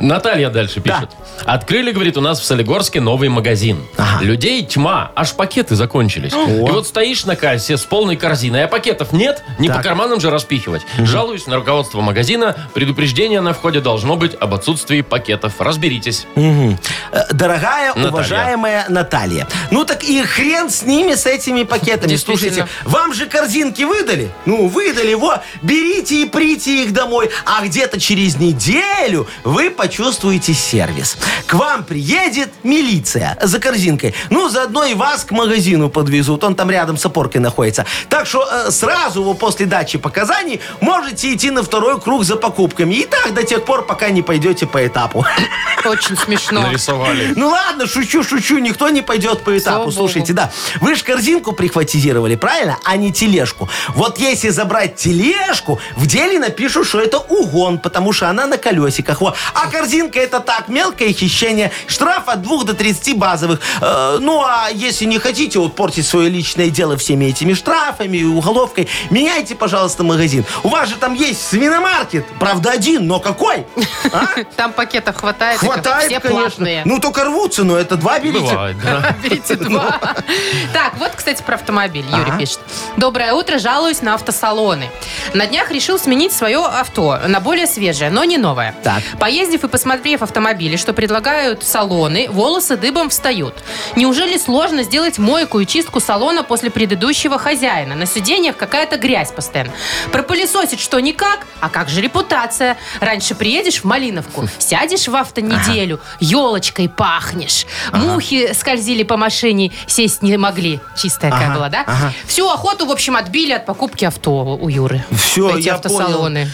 Наталья дальше пишет. Открыли, говорит, у нас в Солигорске новый магазин. Людей тьма, аж пакеты закончились. И вот стоишь на кассе с полной корзиной, а пакетов нет, не по карманам же распихивать. Жалуюсь на руководство магазина, предупреждение на входе должно быть об отсутствии пакетов. Разберитесь.
Э, Дорогая,
Наталья.
уважаемая Наталья. Ну так и хрен с ними, с этими пакетами.
Действительно.
Слушайте, вам же корзинки выдали? Ну, выдали, во. Берите и прите их домой. А где-то через неделю вы почувствуете сервис. К вам приедет милиция за корзинкой. Ну, заодно и вас к магазину подвезут. Он там рядом с опоркой находится. Так что э, сразу вы после дачи показаний можете идти на второй круг за покупками. И так до тех пор, пока не пойдете по этапу. [laughs] э-
Очень смешно.
Нарисовали.
Ну ладно, шучу, шучу, никто не пойдет по
Слава
этапу.
богу.
Слушайте, да. Вы же корзинку прихватизировали, правильно? А не тележку. Вот если забрать тележку, в деле напишут, что это угон, потому что она на колесиках. Во. А корзинка это так, мелкое хищение. Штраф от 2 до 30 базовых. Э, ну а если не хотите вот портить свое личное дело всеми этими штрафами и уголовкой, меняйте, пожалуйста, магазин. У вас же там есть свиномаркет. Правда, один, но какой? А?
Там пакетов хватает. и как-
Хватает,
Все
конечно.
платные.
Ну, только рвутся, но это два билета.
Бывает, да.
[laughs] Берите два. Так, вот, кстати, про автомобиль. Юрий пишет. Доброе утро, жалуюсь на автосалоны. На днях решил сменить свое авто на более свежее, но не новое.
Так.
Поездив и посмотрев автомобили, что предлагают салоны, волосы дыбом встают. Неужели сложно сделать мойку и чистку салона после предыдущего хозяина? На сиденьях какая-то грязь постоянно. Пропылесосить что никак, а как же репутация? Раньше приедешь в Малиновку, сядешь в авто неделю, елочкой пахнешь. Мухи скользили по машине, сесть не могли. Чистая какая
Ага,
была, да?
ага.
Всю охоту, в общем, отбили от покупки авто у Юры.
Все,
Эти
я
автосалоны.
понял.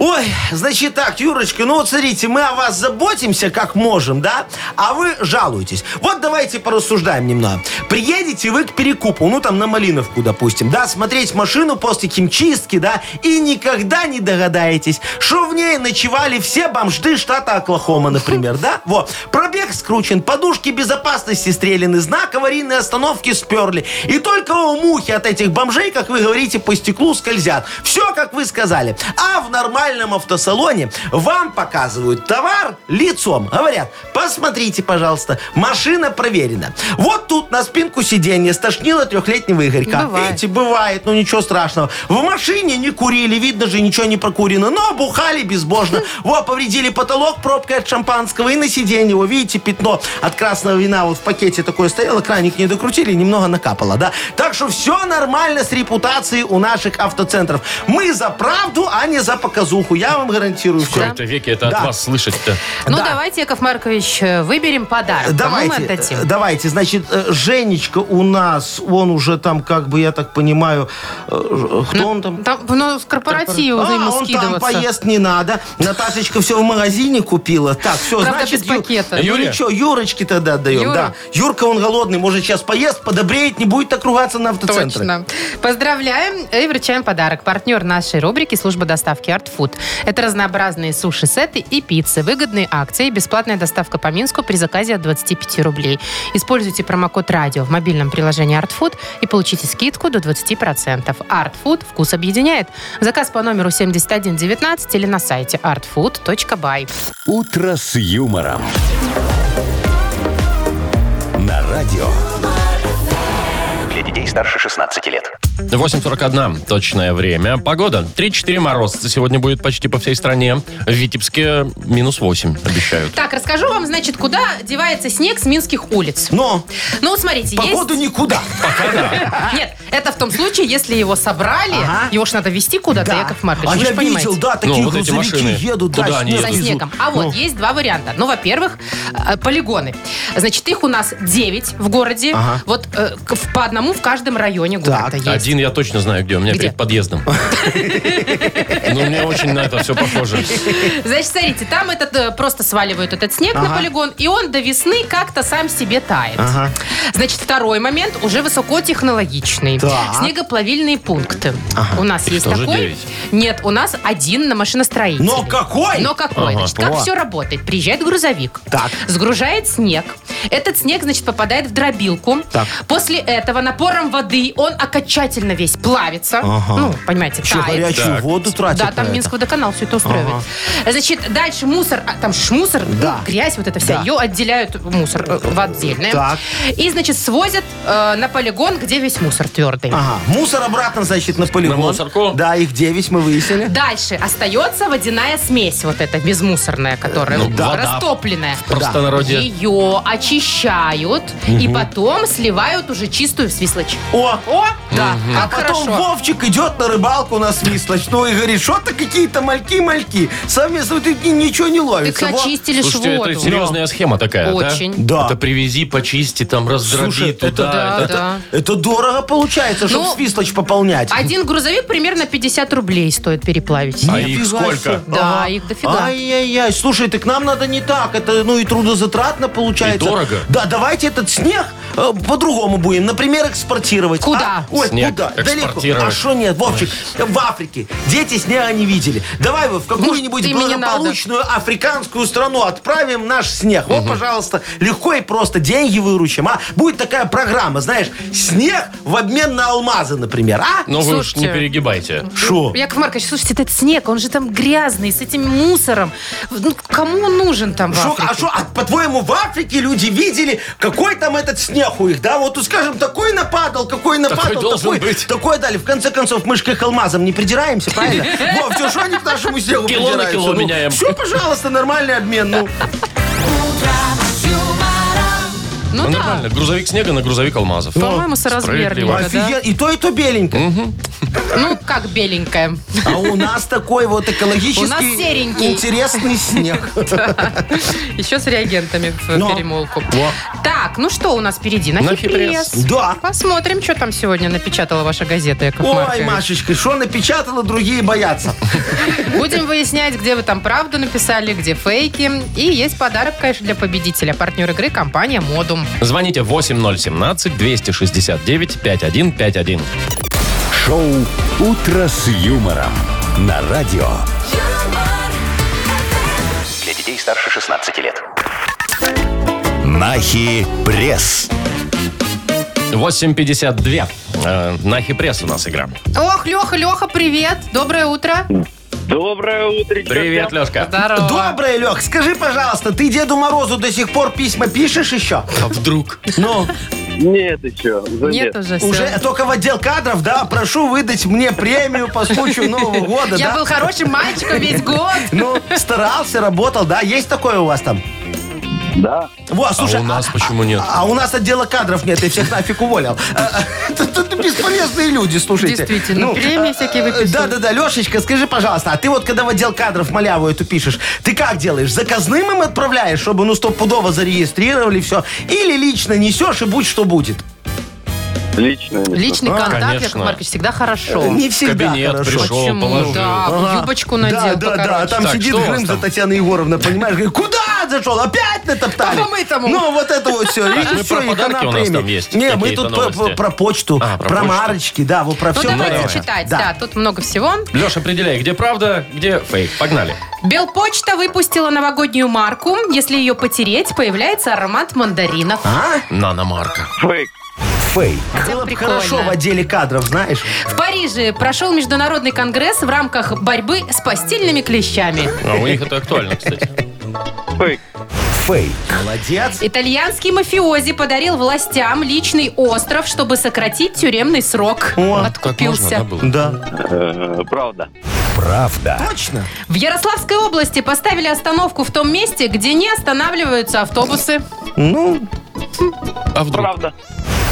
Ой, значит так, Юрочка, ну вот смотрите, мы о вас заботимся как можем, да? А вы жалуетесь. Вот давайте порассуждаем немного. Приедете вы к перекупу, ну там на Малиновку, допустим, да, смотреть машину после химчистки, да, и никогда не догадаетесь, что в ней ночевали все бомжды штата Оклахома, например, да? Вот. Пробег скручен, подушки безопасности стреляны, знак аварийной остановки сперли. И только у мухи от этих бомжей, как вы говорите, по стеклу скользят. Все, как вы сказали. А в нормальном автосалоне вам показывают товар лицом. Говорят, посмотрите, пожалуйста, машина проверена. Вот тут на спинку сиденья стошнило трехлетнего Игорька.
Бывает.
Видите, бывает, ну ничего страшного. В машине не курили, видно же, ничего не прокурено, но бухали безбожно. Во, повредили потолок пробкой от шампанского и на сиденье его, видите, пятно от красного вина вот в пакете такое стояло, краник не докрутили, немного накапало, да? Так что все нормально с репутацией у наших автоцентров. Мы за правду, а не за показуху, я вам гарантирую
В
все.
кои-то веке это от
Да.
вас слышать-то.
Ну,
Да.
давайте, Яков Маркович, э, выберем подарок. Кому мы
Давайте,
отдадим?
э, давайте, значит, э, Женечка у нас, он уже там, как бы, я так понимаю, э, ж- кто он там?
Там, ну, с корпоратива
А,
ему
он там
скидываться.
поест не надо. Наташечка все в магазине купила. Так, все,
Правда,
значит...
без
Ю-
пакета.
Ну
Юре?
ничего, Юрочке тогда отдаем,
Юра?
да. Юрка, он голодный, может, сейчас поест, подобреет, не будет так ругаться на автоцентре.
Точно. Поздравляем и вручаем подарок. Партнер нашей рубрики – служба доставки Art Food. Это разнообразные суши-сеты и пиццы, выгодные акции и бесплатная доставка по Минску при заказе от 25 рублей. Используйте промокод «Радио» в мобильном приложении Art Food и получите скидку до 20%. Art Food – вкус объединяет. Заказ по номеру 7119 или на сайте artfood.by.
«Утро с юмором». На радио.
Для детей старше 16 лет.
8.41 точное время. Погода. 3-4 морозца сегодня будет почти по всей стране. В Витебске минус 8 обещают.
Так, расскажу вам, значит, куда девается снег с минских улиц.
Но
Ну, вот смотрите,
погоду
есть...
никуда.
Нет, это в том случае, если его собрали,
А. Ага.
его ж надо везти куда-то,
Да.
Яков Маркович,
а
вы
я
же понимаете.
видел, да, такие
Ну, вот эти
грузовики
машины.
едут. да,
Куда они
снег
Со
везут.
снегом. А вот,
Ну.
есть два варианта. Ну, во-первых, э, полигоны. Значит, их у нас 9 в городе.
Ага.
Вот э, к- в- по одному в каждом районе города
Так.
есть.
Один я точно знаю, где. У меня
Где?
перед
[laughs]
подъездом. Ну, мне очень на это все похоже.
Значит, смотрите, там этот э, просто сваливают этот снег на полигон, и он до весны как-то сам себе тает. Значит, второй момент уже высокотехнологичный.
Так.
Снегоплавильные пункты. У нас есть
тоже
такой.
девять?
Нет, у нас один на машиностроителей.
Но какой?
Но какой?
Ага.
Значит, как
О.
все работает? Приезжает грузовик,
Так.
сгружает снег. Этот снег, значит, попадает в дробилку.
Так.
После этого напором воды он окончательно весь плавится. Ну, понимаете,
Еще
тает.
горячую
Так.
воду тратят
Да, там
на это.
Минскводоканал все это устроит. Значит, дальше мусор, а, там шмусор,
Да.
грязь вот эта вся,
Да.
ее отделяют в мусор э, в отдельное.
Так.
И, значит, свозят э, на полигон, где весь мусор твердый.
Ага, мусор обратно, значит, на полигон.
мусорку?
Да, их 9 мы выяснили.
Дальше остается водяная смесь вот эта безмусорная, которая
Ну, да.
растопленная.
Простонародье.
Ее очищают и потом сливают уже чистую в свислочь.
О,
О, да,
а
как
потом
хорошо.
Вовчик идет на рыбалку на свислоч, ну и говорит, что-то какие-то мальки-мальки. Совместно ты ничего не
Так
ловится. Во.
очистили ж
Слушайте, это
воду.
серьезная схема такая, да?
Очень.
Да.
Это привези, почисти, там раздроби
Слушай, это
туда.
да,
это-
да.
Это дорого получается, чтобы
Ну, а
свислоч пополнять.
Один грузовик примерно 50 рублей стоит переплавить.
А
Нифига
их сколько?
себе.
Да, их дофига.
Ай-яй-яй, слушай, так нам надо не так. Это, ну, и трудозатратно получается.
И дорого.
Да, давайте этот снег э, по-другому будем. Например, экспортировать.
Куда?
А? Ой,
Снег
куда? Далеко.
экспортировать.
А что нет, Вовчик? В Африке. Дети снега не видели. Давай вы в какую-нибудь
ты мне
благополучную африканскую страну отправим наш снег. Вот, пожалуйста, легко и просто деньги выручим, а? Будет такая программа, знаешь, снег в обмен на алмазы, например, а?
Ну вы уж не
Слушайте.
перегибайте.
Шо?
Ну, Яков Маркович, слушайте, этот снег, он же там грязный, с этим мусором. Ну, кому он нужен там в
Шо,
Африке?
а что, по-твоему, в Африке люди видели, какой там этот снег у них, да? Вот, тут, скажем, такой нападал, какой нападал,
Такой должен быть.
такой дали. В конце концов, мышкой к алмазам не
[laughs]
придираемся, правильно? Вов, все, что они к нашему снегу
Кило на
придираются?
кило меняем.
Все, пожалуйста, нормальный обмен, ну.
Ну,
Ну,
да,
нормально. Грузовик снега на грузовик алмазов.
по-моему, соразмерненько,
справедливо.
да?
Офиген- И то, и то беленькое.
Ну, как беленькая.
А у нас такой вот экологический
У нас серенький.
[laughs]
интересный снег.
Еще с реагентами в
Но.
перемолку. Так, ну что у нас впереди? На
Нахипресс.
хипресс.
Да.
Посмотрим, что там сегодня напечатала ваша газета, Яков
Ой,
Маркович.
Машечка, что напечатала, другие боятся.
Будем выяснять, где вы там правду написали, где фейки. И есть подарок, конечно, для победителя. Партнер игры – компания «Модум».
Звоните 8017-269-5151.
Шоу «Утро с юмором» на радио.
юмор,
Для детей старше 16 лет.
Нахи пресс.
8.52. Э, На хипресс у нас игра.
Ох, Леха, Леха, привет! Доброе утро!
Доброе утро.
Привет, Лешка.
Здорово!
Доброе, Лех, скажи, пожалуйста, ты Деду Морозу до сих пор письма пишешь еще?
А вдруг?
Ну,
Нет еще. уже
Нет
нет.
уже, всё.
Уже только в отдел кадров, да, прошу выдать мне премию по случаю
[laughs]
Нового года,
Я
да?
был хорошим мальчиком весь год.
Ну, старался, работал, да? Есть такое у вас там?
Да.
Во, слушай,
А у нас почему нет?
А, у нас отдела кадров нет, я всех нафиг уволил. [laughs] А, а, Тут тут бесполезные люди, слушайте. Ну, а,
Действительно, премии всякие выписывают.
Да-да-да, Лешечка, скажи, пожалуйста, а ты вот когда в отдел кадров маляву эту пишешь, ты как делаешь? Заказным им отправляешь, чтобы ну стопудово зарегистрировали все? Или лично несешь и будь что будет?
Лично.
Личный
А,
контакт,
конечно.
Яков Маркович, всегда хорошо.
Э, Не всегда
Ну, кабинет
хорошо.
пришел.
Почему?
положил.
Да,
Ага.
юбочку надел.
Да, да, да. А
покороче.
там
Так,
сидит
что у вас
Грым за
там?
Татьяной Егоровной, понимаешь? Говорит, куда зашел? Опять натоптали?
А По помытому.
Ну, вот это вот все.
Так, мы А про подарки у нас там есть
Не, мы
какие-то
тут по-
новости.
по- про почту,
А, про
про
почту.
марочки, да, вот про
Ну,
все.
давайте
нравится.
читать. Да. тут много всего.
Леш, определяй, где правда, где фейк. Погнали.
Белпочта выпустила новогоднюю марку. Если ее потереть, появляется аромат мандаринов.
Наномарка.
Фейк.
Фейк.
Было А? бы
прикольно.
хорошо в отделе кадров, знаешь.
В Париже прошел международный конгресс в рамках борьбы с постельными клещами.
А у них это актуально, кстати.
Фейк.
Фейк.
Молодец.
Итальянский мафиози подарил властям личный остров, чтобы сократить тюремный срок.
О,
Откупился.
Да.
Э, Правда.
Правда.
Точно.
В Ярославской области поставили остановку в том месте, где не останавливаются автобусы.
Ну,
А вдруг?
Правда.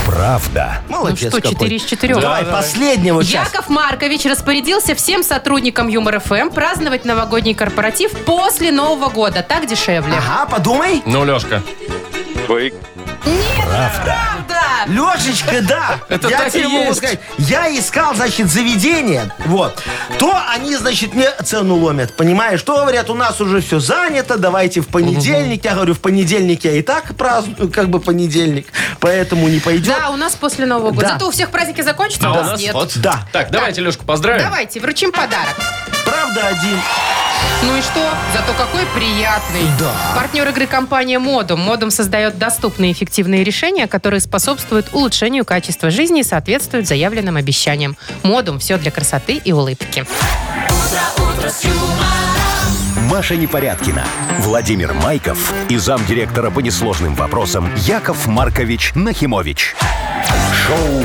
Правда.
молодец
ну что,
какой.
4 из 4.
Давай, последнего сейчас.
Яков Маркович распорядился всем сотрудникам Юмор ФМ праздновать новогодний корпоратив после Нового года. Так дешевле.
Ага, подумай.
Ну, Лешка.
Фейк.
Нет, правда. Да.
Лешечка, да.
Это
я
так
тебе
и
могу
есть.
сказать. Я искал, значит, заведение, вот, то они, значит, мне цену ломят, понимаешь? Что говорят, у нас уже все занято, давайте в понедельник. Я говорю, в понедельник я и так праздную, как бы понедельник, поэтому не пойдет.
Да, у нас после Нового года.
Да.
Зато у всех праздники закончатся,
А
у
у
нас
нас
нет.
вот.
Да.
Так, давайте Лешку поздравим.
Давайте, вручим подарок.
Правда, один.
Ну и что? Зато какой приятный.
Да.
Партнер игры компания «Модум». «Модум» создает доступные и эффективные решения, которые способствуют улучшению качества жизни и соответствуют заявленным обещаниям. «Модум» – все для красоты и улыбки.
Маша Непорядкина, Владимир Майков и замдиректора по несложным вопросам Яков Маркович Нахимович. Шоу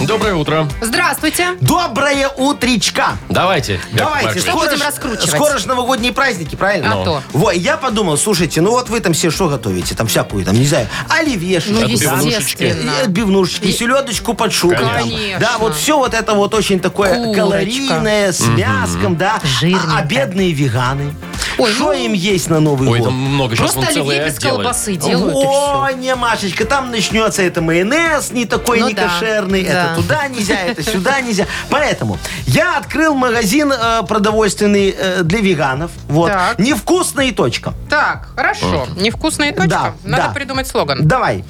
Доброе утро.
Здравствуйте.
Доброе утречка.
Давайте. Яков
Давайте,
Маркович.
Что
скоро,
будем
ж-
раскручивать?
скоро ж новогодние праздники, правильно?
А то.
Во, и я подумал, слушайте, ну вот вы там все что готовите? Там всякую, там, не знаю, оливьешечку.
Ну,
там,
Отбивнушечки.
естественно.
И отбивнушечки, и селедочку под шубкой. там.
Конечно.
Да, вот все вот это вот очень такое
Курочка.
калорийное, с мяском, да.
Жирненько.
А, а бедные веганы?
Ой, ну,
Что им есть на Новый
Ой,
год?
там много. Сейчас
Просто
он целый
оливье без
отдел.
колбасы делают, и все.
О, не, Машечка, там начнется это майонез, не такой,
Ну
не
да,
кошерный,
да.
это туда нельзя, это сюда нельзя. Поэтому я открыл магазин э, продовольственный э, для веганов. Вот.
Так.
Невкусная и точка.
Так, хорошо. Невкусная точка.
Да,
Надо
да.
придумать слоган.
Давай.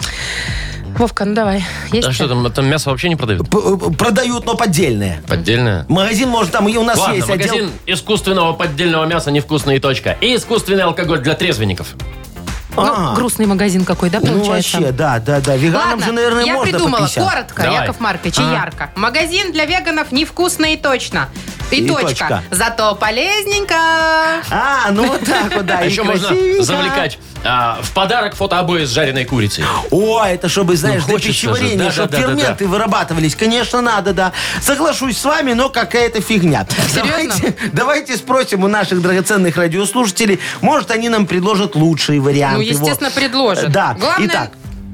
Вовка, ну давай. Есть?
А что там, там мясо вообще не продают?
П- э, Продают, но поддельное.
Поддельное?
Магазин, может, там и у нас
Ладно,
есть
магазин искусственного поддельного мяса «Невкусная точка». И искусственный алкоголь для трезвенников.
Ну,
А.
грустный магазин какой, да,
Ну,
получается?
вообще, да, да, да. Веганам
Ладно,
же, наверное,
я
можно а? по
придумала.
50.
Коротко,
Давай.
Яков Маркович, и
А.
ярко. Магазин для веганов невкусно и точно. И,
И
точка.
точка.
Зато полезненько.
А, ну вот
[laughs]
так вот, да.
А
и
еще можно
красивенько.
завлекать а, в подарок фотообои с жареной курицей.
О, это
Ну,
чтобы, знаешь, для
хочется же.
пищеварения,
Да-да-да-да-да.
чтобы ферменты вырабатывались. Конечно, надо, да. Соглашусь с вами, но какая-то фигня.
Серьезно?
Давайте, давайте спросим у наших драгоценных радиослушателей. Может, они нам предложат лучшие варианты.
Ну, естественно,
А, вот.
предложат.
Да.
Главное,
Итак,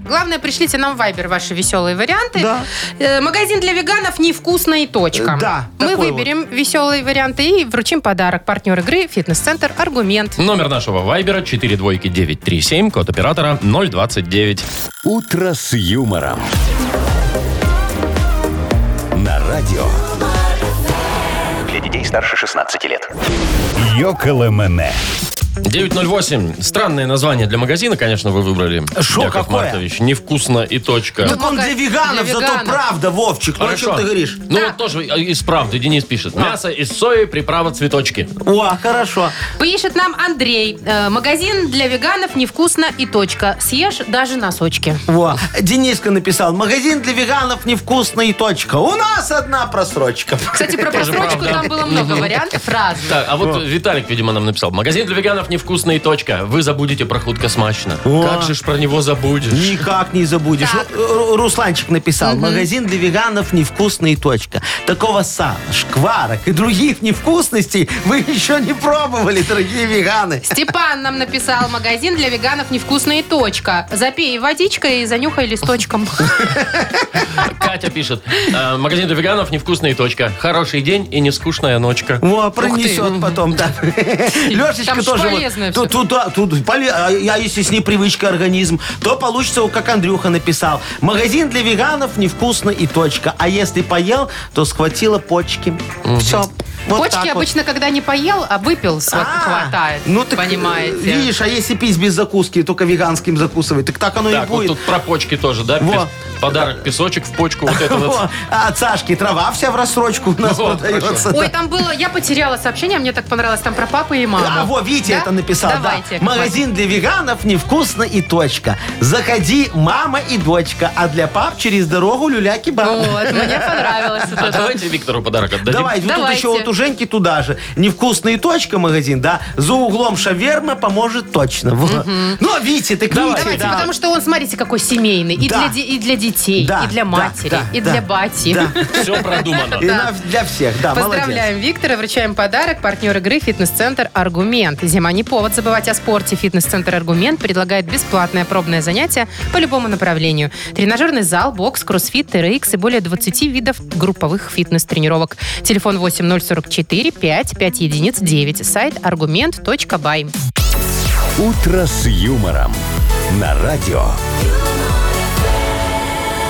Главное, пришлите нам в Вайбер ваши веселые варианты.
Да.
Э, магазин для веганов «Невкусно и точка».
Э, да,
Мы
такой
выберем веселые варианты и вручим подарок. Партнер игры «Фитнес-центр Аргумент».
Номер нашего вайбера 42937, код оператора 029.
«Утро с юмором». На радио
Для детей старше 16 лет.
«Йоколэмэне».
908. Странное название для магазина, конечно, вы выбрали.
Шо,
Яков
какое?
Маркович. Невкусно и точка.
так он ну, для
магазин
веганов,
для
зато
веганов.
правда, Вовчик. Ну, о чем ты говоришь? А.
Ну, вот тоже из правды Денис пишет. Мясо из сои, приправа, цветочки.
О, хорошо.
Пишет нам Андрей. Э, магазин для веганов «Невкусно и точка». Съешь даже носочки.
Во. Дениска написал, магазин для веганов невкусный, точка. У нас одна просрочка.
Кстати, про
Тоже
просрочку
правда.
там было много вариантов разных.
Так, а вот Виталик, видимо, нам написал. Магазин для веганов невкусный и точка. Вы забудете про худко смачно.
О.
Как же ж про него забудешь?
Никак не забудешь.
Так.
Ру- Ру- Русланчик написал, магазин для веганов невкусный точка. Такого сала, шкварок и других невкусностей вы еще не пробовали, дорогие веганы.
Степан нам написал магазин для веганов невкусная точка. Запей водичкой и занюхай листочком.
Катя пишет. «Э, Магазин для веганов невкусный и точка. Хороший день и нескучная ночка.
Во, пронесет потом,
[laughs]
да. Лешечка
Там ж
тоже.
полезное
вот-
всё.
Тут, тут, да, тут поле- а я, если с непривычкой организм, то получится, вот как Андрюха написал. Магазин для веганов невкусно и точка. А если поел, то схватила почки. Все.
Почки обычно, когда не поел, а выпил, сва-
А,
хватает.
Ну, так,
понимаете.
э, Видишь, а если пить без закуски, только веганским закусывать, так так оно и
Так, вот
будет.
тут про почки тоже, да?
Во.
Пис- Подарок, песочек в почку. Вот это вот.
[laughs] Во, а от Сашки трава вся в рассрочку у нас
Вот,
продается.
Ой, там было, я потеряла сообщение, а мне так понравилось, там про папу и маму.
А, вот, Витя
Да?
это написал,
Давайте.
да.
Яков
Магазин для веганов невкусно и точка. Заходи, мама и дочка, а для пап через дорогу люля-кебаб.
Маркович. Вот, мне понравилось вот
А
это.
давайте Виктору подарок отдадим.
Давай, ну тут
Давайте.
еще вот Женьки туда же. Невкусные точка магазин, да? За углом шаверма поможет точно. Вот. Ну, а Вите, ты к Вите,
Давайте,
да.
потому что он, смотрите, какой семейный. И, для,
Да.
де- и для детей,
Да,
и для
да,
матери,
да,
и
да,
для бати.
Да.
Все продумано.
И на- для всех, да, А молодец.
Поздравляем Виктора, вручаем подарок. Партнер игры «Фитнес-центр Аргумент». Зима не повод забывать о спорте. «Фитнес-центр Аргумент» предлагает бесплатное пробное занятие по любому направлению. Тренажерный зал, бокс, кроссфит, TRX и более 20 видов групповых фитнес-тренировок. Телефон 8044 5 5 единиц 9. Сайт argument.by.
«Утро с юмором» на радио.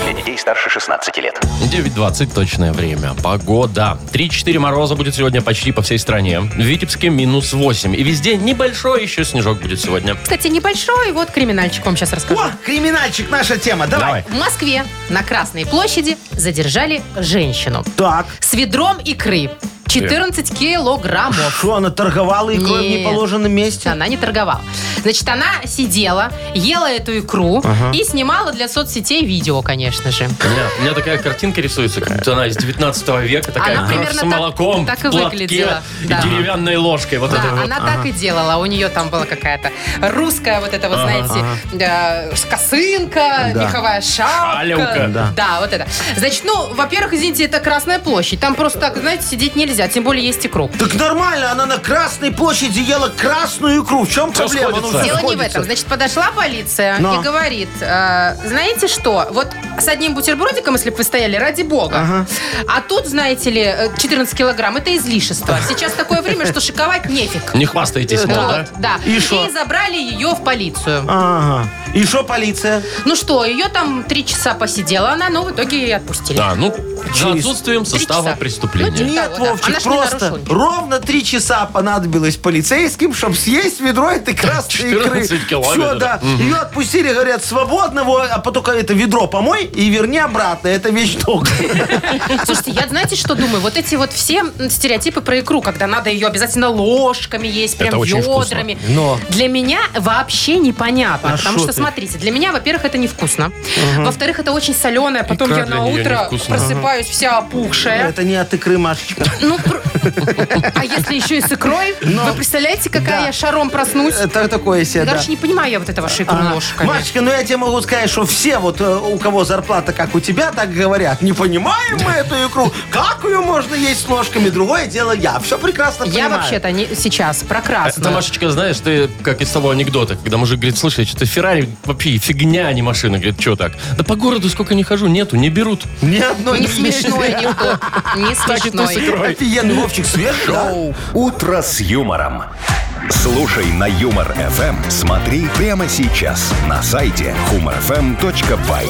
Для детей старше 16 лет.
9.20 точное время. Погода. 3-4 мороза будет сегодня почти по всей стране. В Витебске минус 8. И везде небольшой еще снежок будет сегодня.
Кстати, небольшой, вот криминальчик вам сейчас расскажу.
О, криминальчик, наша тема, давай.
В Москве на Красной площади задержали женщину
Так.
с ведром икры. 14 килограммов.
Что, она торговала икрой в
Нет.
неположенном месте?
Она не торговала. Значит, она сидела, ела эту икру и снимала для соцсетей видео, конечно же.
У меня, у меня такая картинка рисуется, как будто она из 19 века, такая
Она
как
примерно
с
так-
молоком,
так и
в платке
выглядела,
и
да.
деревянной ложкой. Вот
Да,
это вот.
она так и делала. У нее там была какая-то русская вот эта, вот, знаете, э, косынка,
Да.
меховая шапка.
Шалевка.
Да.
Да, вот это. Значит, ну, во-первых, извините, это Красная площадь. Там просто так, знаете, сидеть нельзя, тем более есть икру.
Так нормально, она на Красной площади ела красную икру. В чем
Всё
проблема?
сходится.
Ну, всё
Дело не в
сходится.
этом. Значит, подошла полиция
Но.
и говорит, э, знаете что, вот с одним бутербродиком, если бы вы стояли, ради бога. А тут, знаете ли, э, 14 килограмм, это излишество. Сейчас такое время, что шиковать
[laughs]
нефиг.
Не хвастайтесь, мол, да?
Вот, да.
И шо?
забрали ее в полицию.
Ага. И что полиция?
Ну что, ее там три часа посидела она, но в итоге ее отпустили.
Да, ну, за
Через
отсутствием
три
состава
часа. Ну,
преступления.
типа
Нет,
того, да.
Вовчик,
Она ж не нарушила
просто
ничего.
ровно три часа понадобилось полицейским, чтобы съесть ведро этой красной икры.
14 километров.
Все, да. Ее отпустили, говорят, свободного, а потом это ведро помой и верни обратно. Это вещь долго.
Слушайте, я знаете, что думаю? Вот эти вот все м, стереотипы про икру, когда надо ее обязательно ложками есть, прям
Это очень вкусно.
ведрами.
Но.
Для меня вообще непонятно.
А
потому
шо
что,
ты?
смотрите, для меня, во-первых, это невкусно. Во-вторых, это очень соленое. Потом
Икра
я
для
на
нее
утро
невкусная.
просыпаюсь вся опухшая.
Это не от икры, Машечка.
Ну, пр- а если еще и с икрой? Вы представляете, какая
Да.
я шаром проснусь?
Это Э, такое себе,
Я
да.
даже не понимаю я вот этого шику
Ага.
ложками.
Машечка, ну я тебе могу сказать, что все вот э, у кого зарплата, как у тебя, так говорят. Не понимаем мы эту икру. Как ее можно есть с ложками? Другое дело я. Все прекрасно
Я
понимаю.
вообще-то не, сейчас про красную.
Это, А Машечка, знаешь, ты как из того анекдота, когда мужик говорит, слушай, что-то Феррари вообще фигня, а не машина. Говорит, что так? Да по городу сколько не хожу, нету, не берут.
Ни одной
Не
не
смешной анекдот. Не смешной.
Офигенный Вовчик, свежий, да?
«Утро с юмором». Слушай на Юмор ФМ. Смотри прямо сейчас на сайте humorfm.by.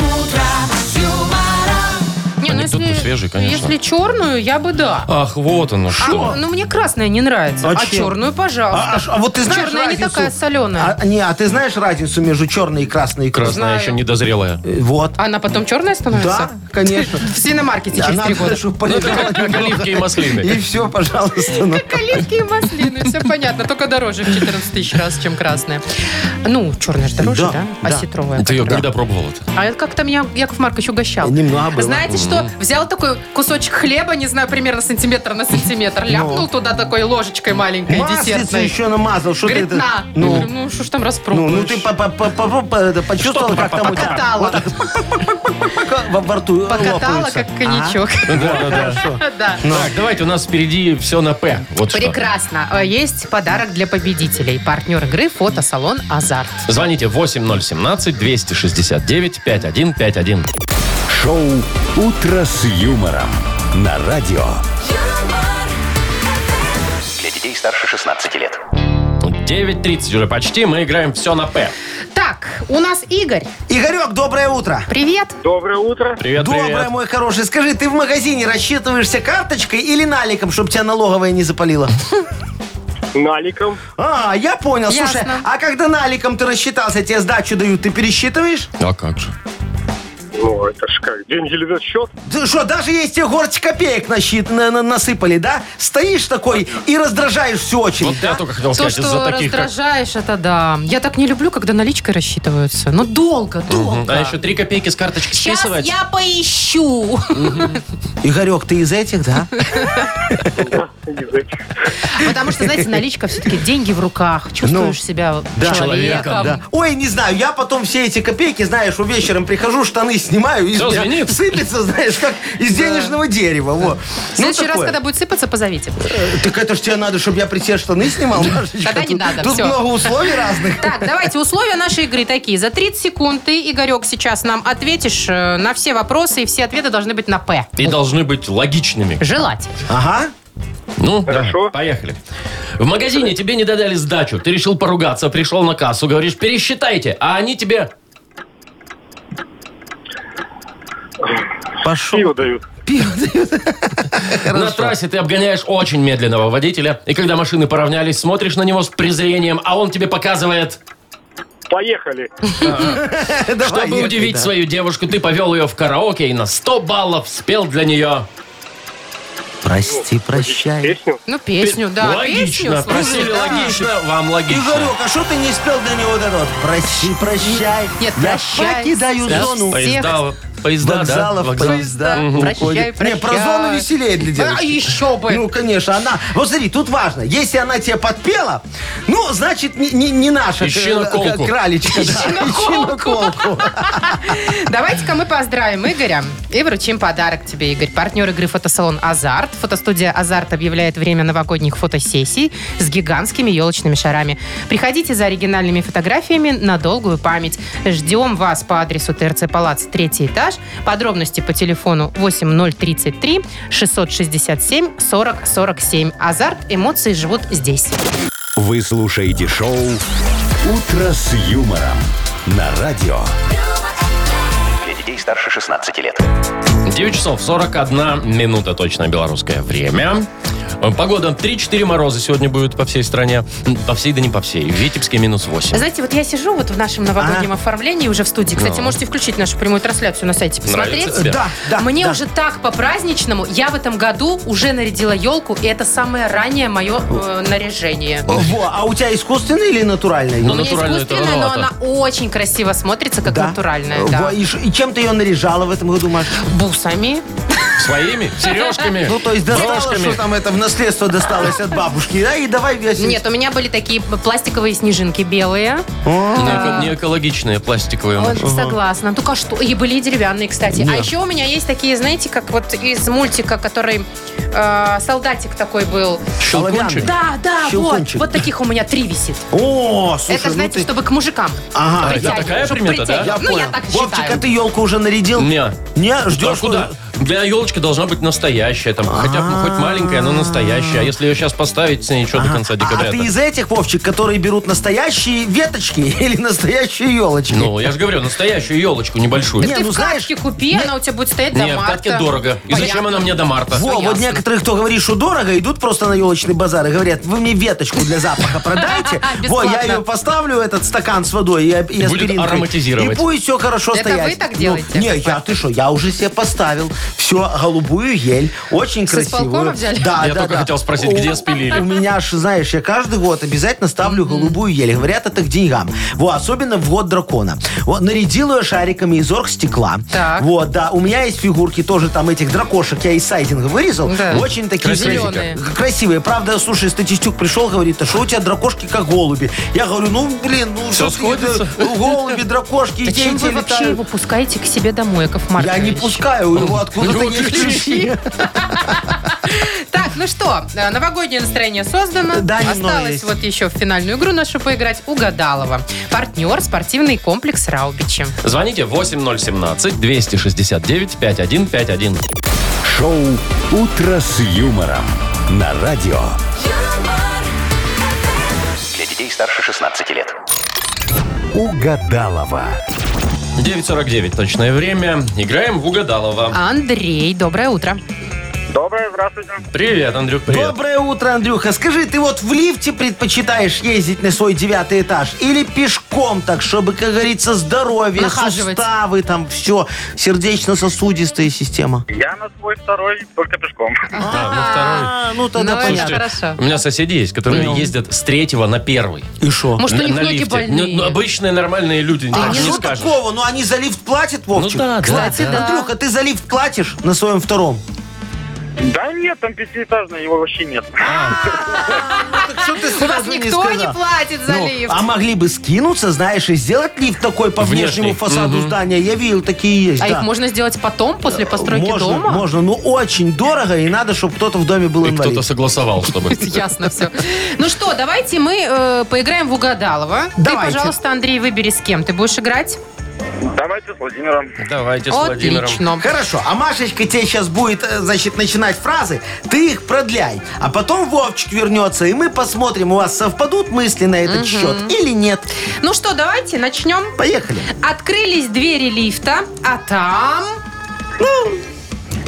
Не, ну
Анекдот-то
если,
свежий, конечно.
если черную, я бы да.
Ах, вот оно что.
А, ну, мне красная не нравится.
А
А,
чем?
черную, пожалуйста.
А, а ш- а вот ты знаешь
Черная не
разницу?
такая соленая.
А, не, а ты знаешь разницу между черной и красной икрой?
Красная еще недозрелая.
Э, Вот.
Она потом черная
Да,
становится?
конечно.
В свиномаркете А, [laughs] через
Она
три года.
хорошо
Ну, это
полежала.
как, как оливки и
И
маслины.
все, пожалуйста. ну.
Оливки и маслины, все понятно. Только дороже в 14 тысяч раз, чем красная. Ну, черная же дороже, да?
Да, да.
Осетровая.
Ты ее когда пробовала-то?
А это как-то меня Яков Маркович угощал.
Немного было.
Знаете что? Взял такой кусочек хлеба, не знаю, примерно сантиметр на сантиметр,
Ну.
ляпнул туда такой ложечкой маленькой
Маслицу
десертной.
еще намазал. Что ты
Говорит,
это?
на. Я говорю,
Ну,
Ну, что ж там
ну,
распробуешь?
ну ты по- по- по- по- по- это почувствовал, как там у тебя
Покатала.
[laughs] пока во во рту
Покатала,
лопаются.
как коньячок. [laughs] Да.
Ну.
Ну,
Так, давайте, у нас впереди все на П. Вот что.
Прекрасно. Э, Есть подарок для победителей. Партнер игры фотосалон «Азарт».
Звоните 8017-269-5151.
Шоу «Утро с юмором» на радио.
Для детей старше 16 лет.
9.30 уже почти, мы играем все на П.
Так, у нас Игорь.
А? Игорек, доброе утро.
Привет.
Привет,
Доброе,
привет.
мой хороший. Скажи, ты в магазине рассчитываешься карточкой или наликом, чтобы тебя налоговая не
[laughs]
запалила?
Наликом.
А, я понял. Слушай,
Ясно.
а когда наликом ты рассчитался, тебе сдачу дают, ты пересчитываешь?
А как же?
Ну, это ж как, деньги лежат в счет.
Ты что, даже если тебе горсть копеек насчит- на- на- насыпали, да? Стоишь такой и раздражаешь всю
Вот
очередь.
я только хотел
То,
сказать, из-за
что
таких, как-
раздражаешь, это да. Я так не люблю, когда наличкой рассчитываются. Но долго, долго.
А еще три копейки с карточки
Сейчас
списывать?
я поищу.
Игорек, ты из этих, да?
язык.
[laughs] Потому что, знаете, наличка все-таки деньги в руках. Чувствуешь себя
Ну, да.
человеком.
Да. Ой, не знаю, я потом все эти копейки, знаешь, у вечером прихожу, штаны снимаю, и
Всё
у меня
звенит.
сыпется, знаешь, как из денежного дерева. Вот.
В следующий раз,
Ну, такое.
когда будет сыпаться, позовите.
Э, Так это ж тебе надо, чтобы я при тебе штаны снимал, Машечка.
Тогда не
Тут-
надо,
Тут
всё.
много
[laughs]
условий разных.
Так, давайте, условия нашей игры такие. За 30 секунд ты, Игорек, сейчас нам ответишь э, на все вопросы, и все ответы должны быть на «П».
И должны быть логичными.
Желательно.
Ага.
Ну,
Хорошо.
да, поехали. В магазине тебе не додали сдачу. Ты решил поругаться, пришел на кассу, говоришь, пересчитайте. А они тебе...
Пошел.
Пиво дают.
На трассе ты обгоняешь очень медленного водителя. И когда машины поравнялись, смотришь на него с презрением, а он тебе показывает...
Поехали.
Чтобы удивить свою девушку, ты повел ее в караоке и на 100 баллов спел для нее...
Прости, прощай.
Песню.
Ну, песню, да.
логично,
песню, слушай,
просили
да.
логично, вам логично.
Игорек, а что ты не спел для него вот это вот? Прости, прощай.
Нет,
я
прощай.
покидаю
Да,
зону.
Поезда, поезда, да?
Вокзалов,
Вокзал.
поезда.
Мгм. Прощай,
уходят. Не, про
прощай.
зону веселее для
А,
девочки.
еще бы.
Ну, конечно, она... Вот смотри, тут важно. Если она тебе подпела, ну, значит, не, не, не наша
Ищи на
э,
колку.
кралечка. да. Ищи на колку.
Давайте-ка мы поздравим Игоря и вручим подарок тебе, Игорь. Партнер игры фотосалон «Азарт». Фотостудия «Азарт» объявляет время новогодних фотосессий с гигантскими елочными шарами. Приходите за оригинальными фотографиями на долгую память. Ждем вас по адресу ТРЦ Палац, третий этаж. Подробности по телефону 8033 667 40 47. «Азарт» эмоции живут здесь.
Вы слушаете шоу «Утро с юмором» на радио.
Для детей старше 16 лет.
9 часов 41 минута точно белорусское время. Э, Погода 3-4 мороза сегодня будет по всей стране. М, По всей, да не по всей. В Витебске минус 8.
Знаете, вот я сижу вот в нашем новогоднем оформлении уже в студии. Кстати, можете включить нашу прямую трансляцию на сайте, посмотреть.
Нравится тебе?
Да, да.
Мне
да.
уже так по-праздничному. Я в этом году уже нарядила елку, и это самое раннее мое э, наряжение.
Во, а у тебя искусственный или натуральный?
Ну,
У меня
натуральная это
искусственная, но она
рановато.
очень красиво смотрится, как
Да. Э,
натуральная.
Во,
Да.
и, ш- и чем ты ее наряжала в этом году, Машечка?
Бусами.
Своими? Сережками?
Ну, то есть досталось,
брошками?
что там это в наследство досталось от бабушки, да, и давай весить.
Нет, у меня были такие пластиковые снежинки белые.
Не
а.
эко- Ну, Не экологичные, пластиковые.
Вот, Согласна. Только а что. И были и деревянные, кстати.
Да.
А еще у меня есть такие, знаете, как вот из мультика, который э, солдатик такой был.
Щелкунчик?
Да, да, вот.
Э, Щелкунчик.
Вот таких у меня три висит.
О, слушай,
это, знаете,
ну ты...
чтобы к мужикам.
Ага,
А, это
притягивать,
такая
чтобы
примета, да?
притягивать.
я
ну,
понял.
я так
Вовчик,
считаю.
а ты елку уже нарядил?
Не.
Не,
Да
ждешь?
А куда? Для елочки должна быть настоящая, там, хотя бы ну, хоть маленькая, но настоящая. А если ее сейчас поставить, с ней ничего до конца
А
декабря.
ты
это-
из этих, Вовчик, которые берут настоящие веточки [laughs] или настоящие елочки?
Ну, я же говорю, настоящую елочку небольшую.
Не,
Ты
ну
в
знаешь-
катке купи, она у тебя будет стоять до
Не, в
марта.
катке дорого. И зачем
Понятно.
она мне до марта?
Во, вот
ясно.
некоторые, кто говорит, что дорого, идут просто на елочный базар и говорят, вы мне веточку
[laughs]
для запаха продайте. Во, я
Бесплатно.
ее поставлю, этот стакан с водой и, и
А, будет
аспирин.
ароматизировать.
И будет все хорошо
Это
стоять.
вы так делаете?
Ну, не, я, ты что, я уже себе поставил все голубую ель, очень
С
красивую.
исполкома взяли?
Да,
Я
да,
только
да.
хотел спросить,
У-
где спилили?
У меня аж, знаешь, я каждый год обязательно ставлю голубую ель. Говорят, это к деньгам. Во, особенно в год дракона. Вот, нарядил ее шариками из оргстекла.
Так.
Вот, да. У меня есть фигурки тоже там этих дракошек. Я из сайдинга вырезал.
Да.
Очень такие
Красивенько.
красивые. Красивые. Правда, слушай, статистюк пришел, говорит, а что у тебя дракошки как голуби? Я говорю, ну, блин, ну,
Всё
что ты,
сходится.
это, голуби, дракошки,
Зачем
дети
вы вообще
летают.
его пускаете к себе домой, Яков Маркович?
Я не пускаю, его
У
откуда-то
него
есть
клещи.
клещи.
Так, ну что, э, новогоднее настроение создано.
Да, немного
Осталось
есть.
вот еще в финальную игру нашу поиграть Угадалова. Партнер спортивный комплекс Раубичи.
Звоните 8017-269-5151.
Шоу «Утро с юмором» на радио.
Для детей старше 16 лет.
Угадалова.
9.49 точное время. Играем в
А.
Угадалова.
Андрей, доброе утро.
Доброе, здравствуйте.
Привет, Андрюх, привет.
Доброе утро, Андрюха. Скажи, ты вот в лифте предпочитаешь ездить на свой девятый этаж или пешком так, чтобы, как говорится, здоровье,
Нахаживать.
суставы, там все, сердечно-сосудистая система?
Я на свой второй только пешком.
А, ну тогда
Ну, это
понятно.
хорошо. Ну.
У меня соседи есть, которые ездят с третьего на первый.
И что?
Может, у них
на
ноги
лифте.
больные?
Ну, обычные нормальные люди,
А
не
что
скажешь.
такого? Ну они за лифт платят, Вовчик.
Ну да, да,
Кстати,
да.
Андрюха, ты за лифт платишь на своем втором?
Да нет, там пятиэтажная, его вообще нет.
Так что ты
А, У вас
сразу не
никто не
сказал?
платит за
Ну,
лифт.
а могли бы скинуться, знаешь, и сделать лифт такой по
Внешний.
внешнему фасаду
Мгм.
здания. Я видел, такие есть.
А
да. Э,
их можно сделать потом, после постройки
можно,
дома?
Можно, но очень дорого, и надо, чтобы кто-то в доме был
И
инвалид.
кто-то согласовал,
[laughs]
чтобы...
Ясно все. Ну что, давайте мы э, поиграем в угадалово.
Давайте.
Ты, пожалуйста, Андрей, выбери, с кем ты будешь играть.
Давайте с Владимиром.
Давайте с Владимиром.
Отлично.
Хорошо, а Машечка тебе сейчас будет, э, значит, начинать фразы, ты их продляй, а потом Вовчик вернется, и мы посмотрим, у вас совпадут мысли на этот счет или нет.
Ну что, давайте начнем.
Поехали.
Открылись двери лифта, а там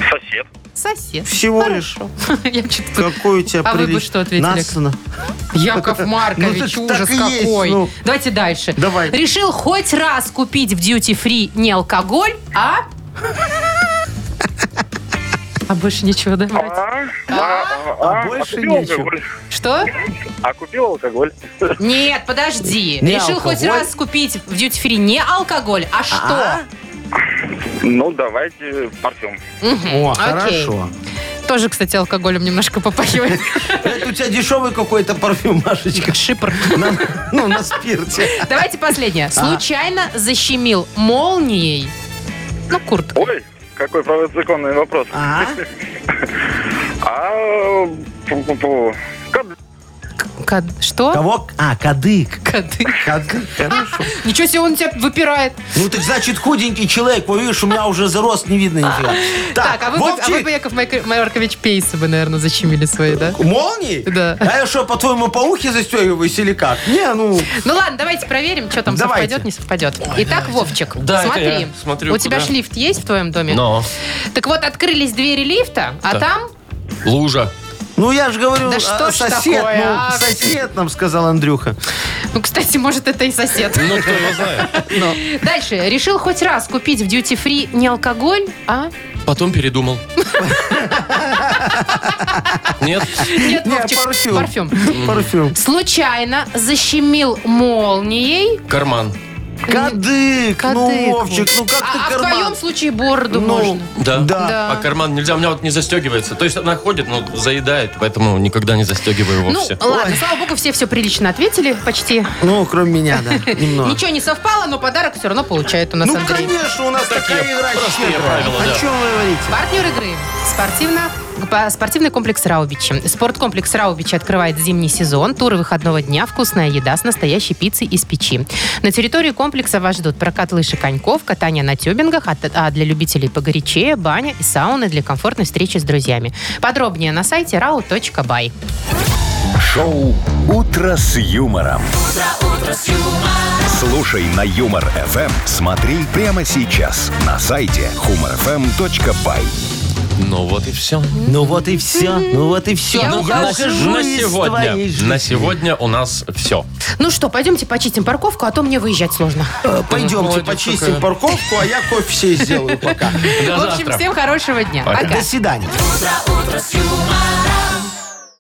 Сосед.
сосед.
Всего лишь.
[laughs] Я чуть
Какой у тебя
А вы бы
прелесть.
что ответили?
Насано.
Яков
[laughs] Ну,
Маркович,
так
ужас
так и есть,
какой.
ну.
Давайте дальше.
Давай.
Решил хоть раз купить в Duty Free не алкоголь, а... [laughs] А больше ничего, да? брать?
А, а, а,
А больше
купил
нечего.
алкоголь.
Что?
А купил алкоголь.
Нет, подожди.
Не
Решил
алкоголь.
хоть раз купить в Duty Free не алкоголь, а что?
Ну, давайте парфюм.
О,
Окей.
хорошо.
Тоже, кстати, алкоголем немножко
[laughs]
попахивает.
Это у тебя дешевый какой-то парфюм, Машечка.
Шипр.
На- ну, на спирте.
Давайте
А.
последнее. Случайно защемил молнией. Ну, курт.
Ой, какой провокационный вопрос.
А?
А, пу-пу-пу. Каб-
Что?
Кого? А, кадык.
Коды.
Кадык, хорошо.
Ничего себе, он тебя выпирает.
Ну, так значит, худенький человек, вот видишь, у меня уже зарос, не видно нифига.
Так, а вы, бы- а вы
Вовчик,
бы, Яков Майк- Маркович, пейсы бы, наверное, защемили свои, да?
Молнии?
Да.
А я что, по-твоему, по ухе застегиваюсь или как? Не, ну...
Ну ладно, давайте проверим, что там
Давайте.
совпадет, не совпадет. Итак, Вовчик,
Да, это
смотри.
я смотрю,
У тебя
куда.
ж лифт есть в твоем доме?
Но.
Так вот, открылись двери лифта, а
Так.
там...
Лужа.
Ну, я же говорю,
Да
а,
что ж
сосед,
такое,
ну,
а?
сосед нам сказал Андрюха.
Ну, кстати, может, это и сосед.
Ну, кто его
[laughs]
знает.
Дальше. Решил хоть раз купить в Duty Free не алкоголь, а...
Потом
[laughs]
передумал. Нет?
Нет,
Не,
Вовчик,
парфюм.
Ну, типа, парфюм.
Парфюм.
Случайно защемил молнией.
Карман.
Кадык,
Кадык.
ну, Вовчик, ну как
А,
ты
а в
карман?
твоем случае бороду
Ну,
можно.
Да.
Да.
А карман нельзя, у меня вот не застегивается. То есть она ходит, но заедает, поэтому никогда не застегиваю
Ну,
вовсе.
ладно, слава богу, все все прилично ответили, почти.
Ну, кроме меня,
[laughs]
да, немного.
Ничего не совпало, но подарок все равно получает у нас
А. Ну,
Андрей.
конечно, у нас такая игра
простые
щедрая.
правила, да.
О чем вы говорите?
Партнер игры. Спортивно по- Спортивный комплекс «Раубичи». Спорткомплекс «Раубичи» открывает зимний сезон, туры выходного дня, вкусная еда с настоящей пиццей из печи. На территории комплекса вас ждут прокат лыж и коньков, катание на тюбингах, а т- а для любителей погорячее – баня и сауны для комфортной встречи с друзьями. Подробнее на сайте rau.by.
Шоу «Утро с юмором». Слушай на Юмор ФМ, смотри прямо сейчас на сайте humorfm.by.
Ну вот и все.
Ну вот и все, ну вот и все.
Я
Ну,
ухожу.
на,
ухожу
на
из
сегодня,
твоей жизни.
на сегодня у нас все.
Ну что, пойдемте почистим парковку, а то мне выезжать сложно.
Э, Пойдемте
Молодец
почистим
какая.
парковку, а я кофе себе
[laughs]
сделаю пока.
До
В общем,
завтра.
всем хорошего дня.
Пока.
Пока.
До свидания.
утро с юмором.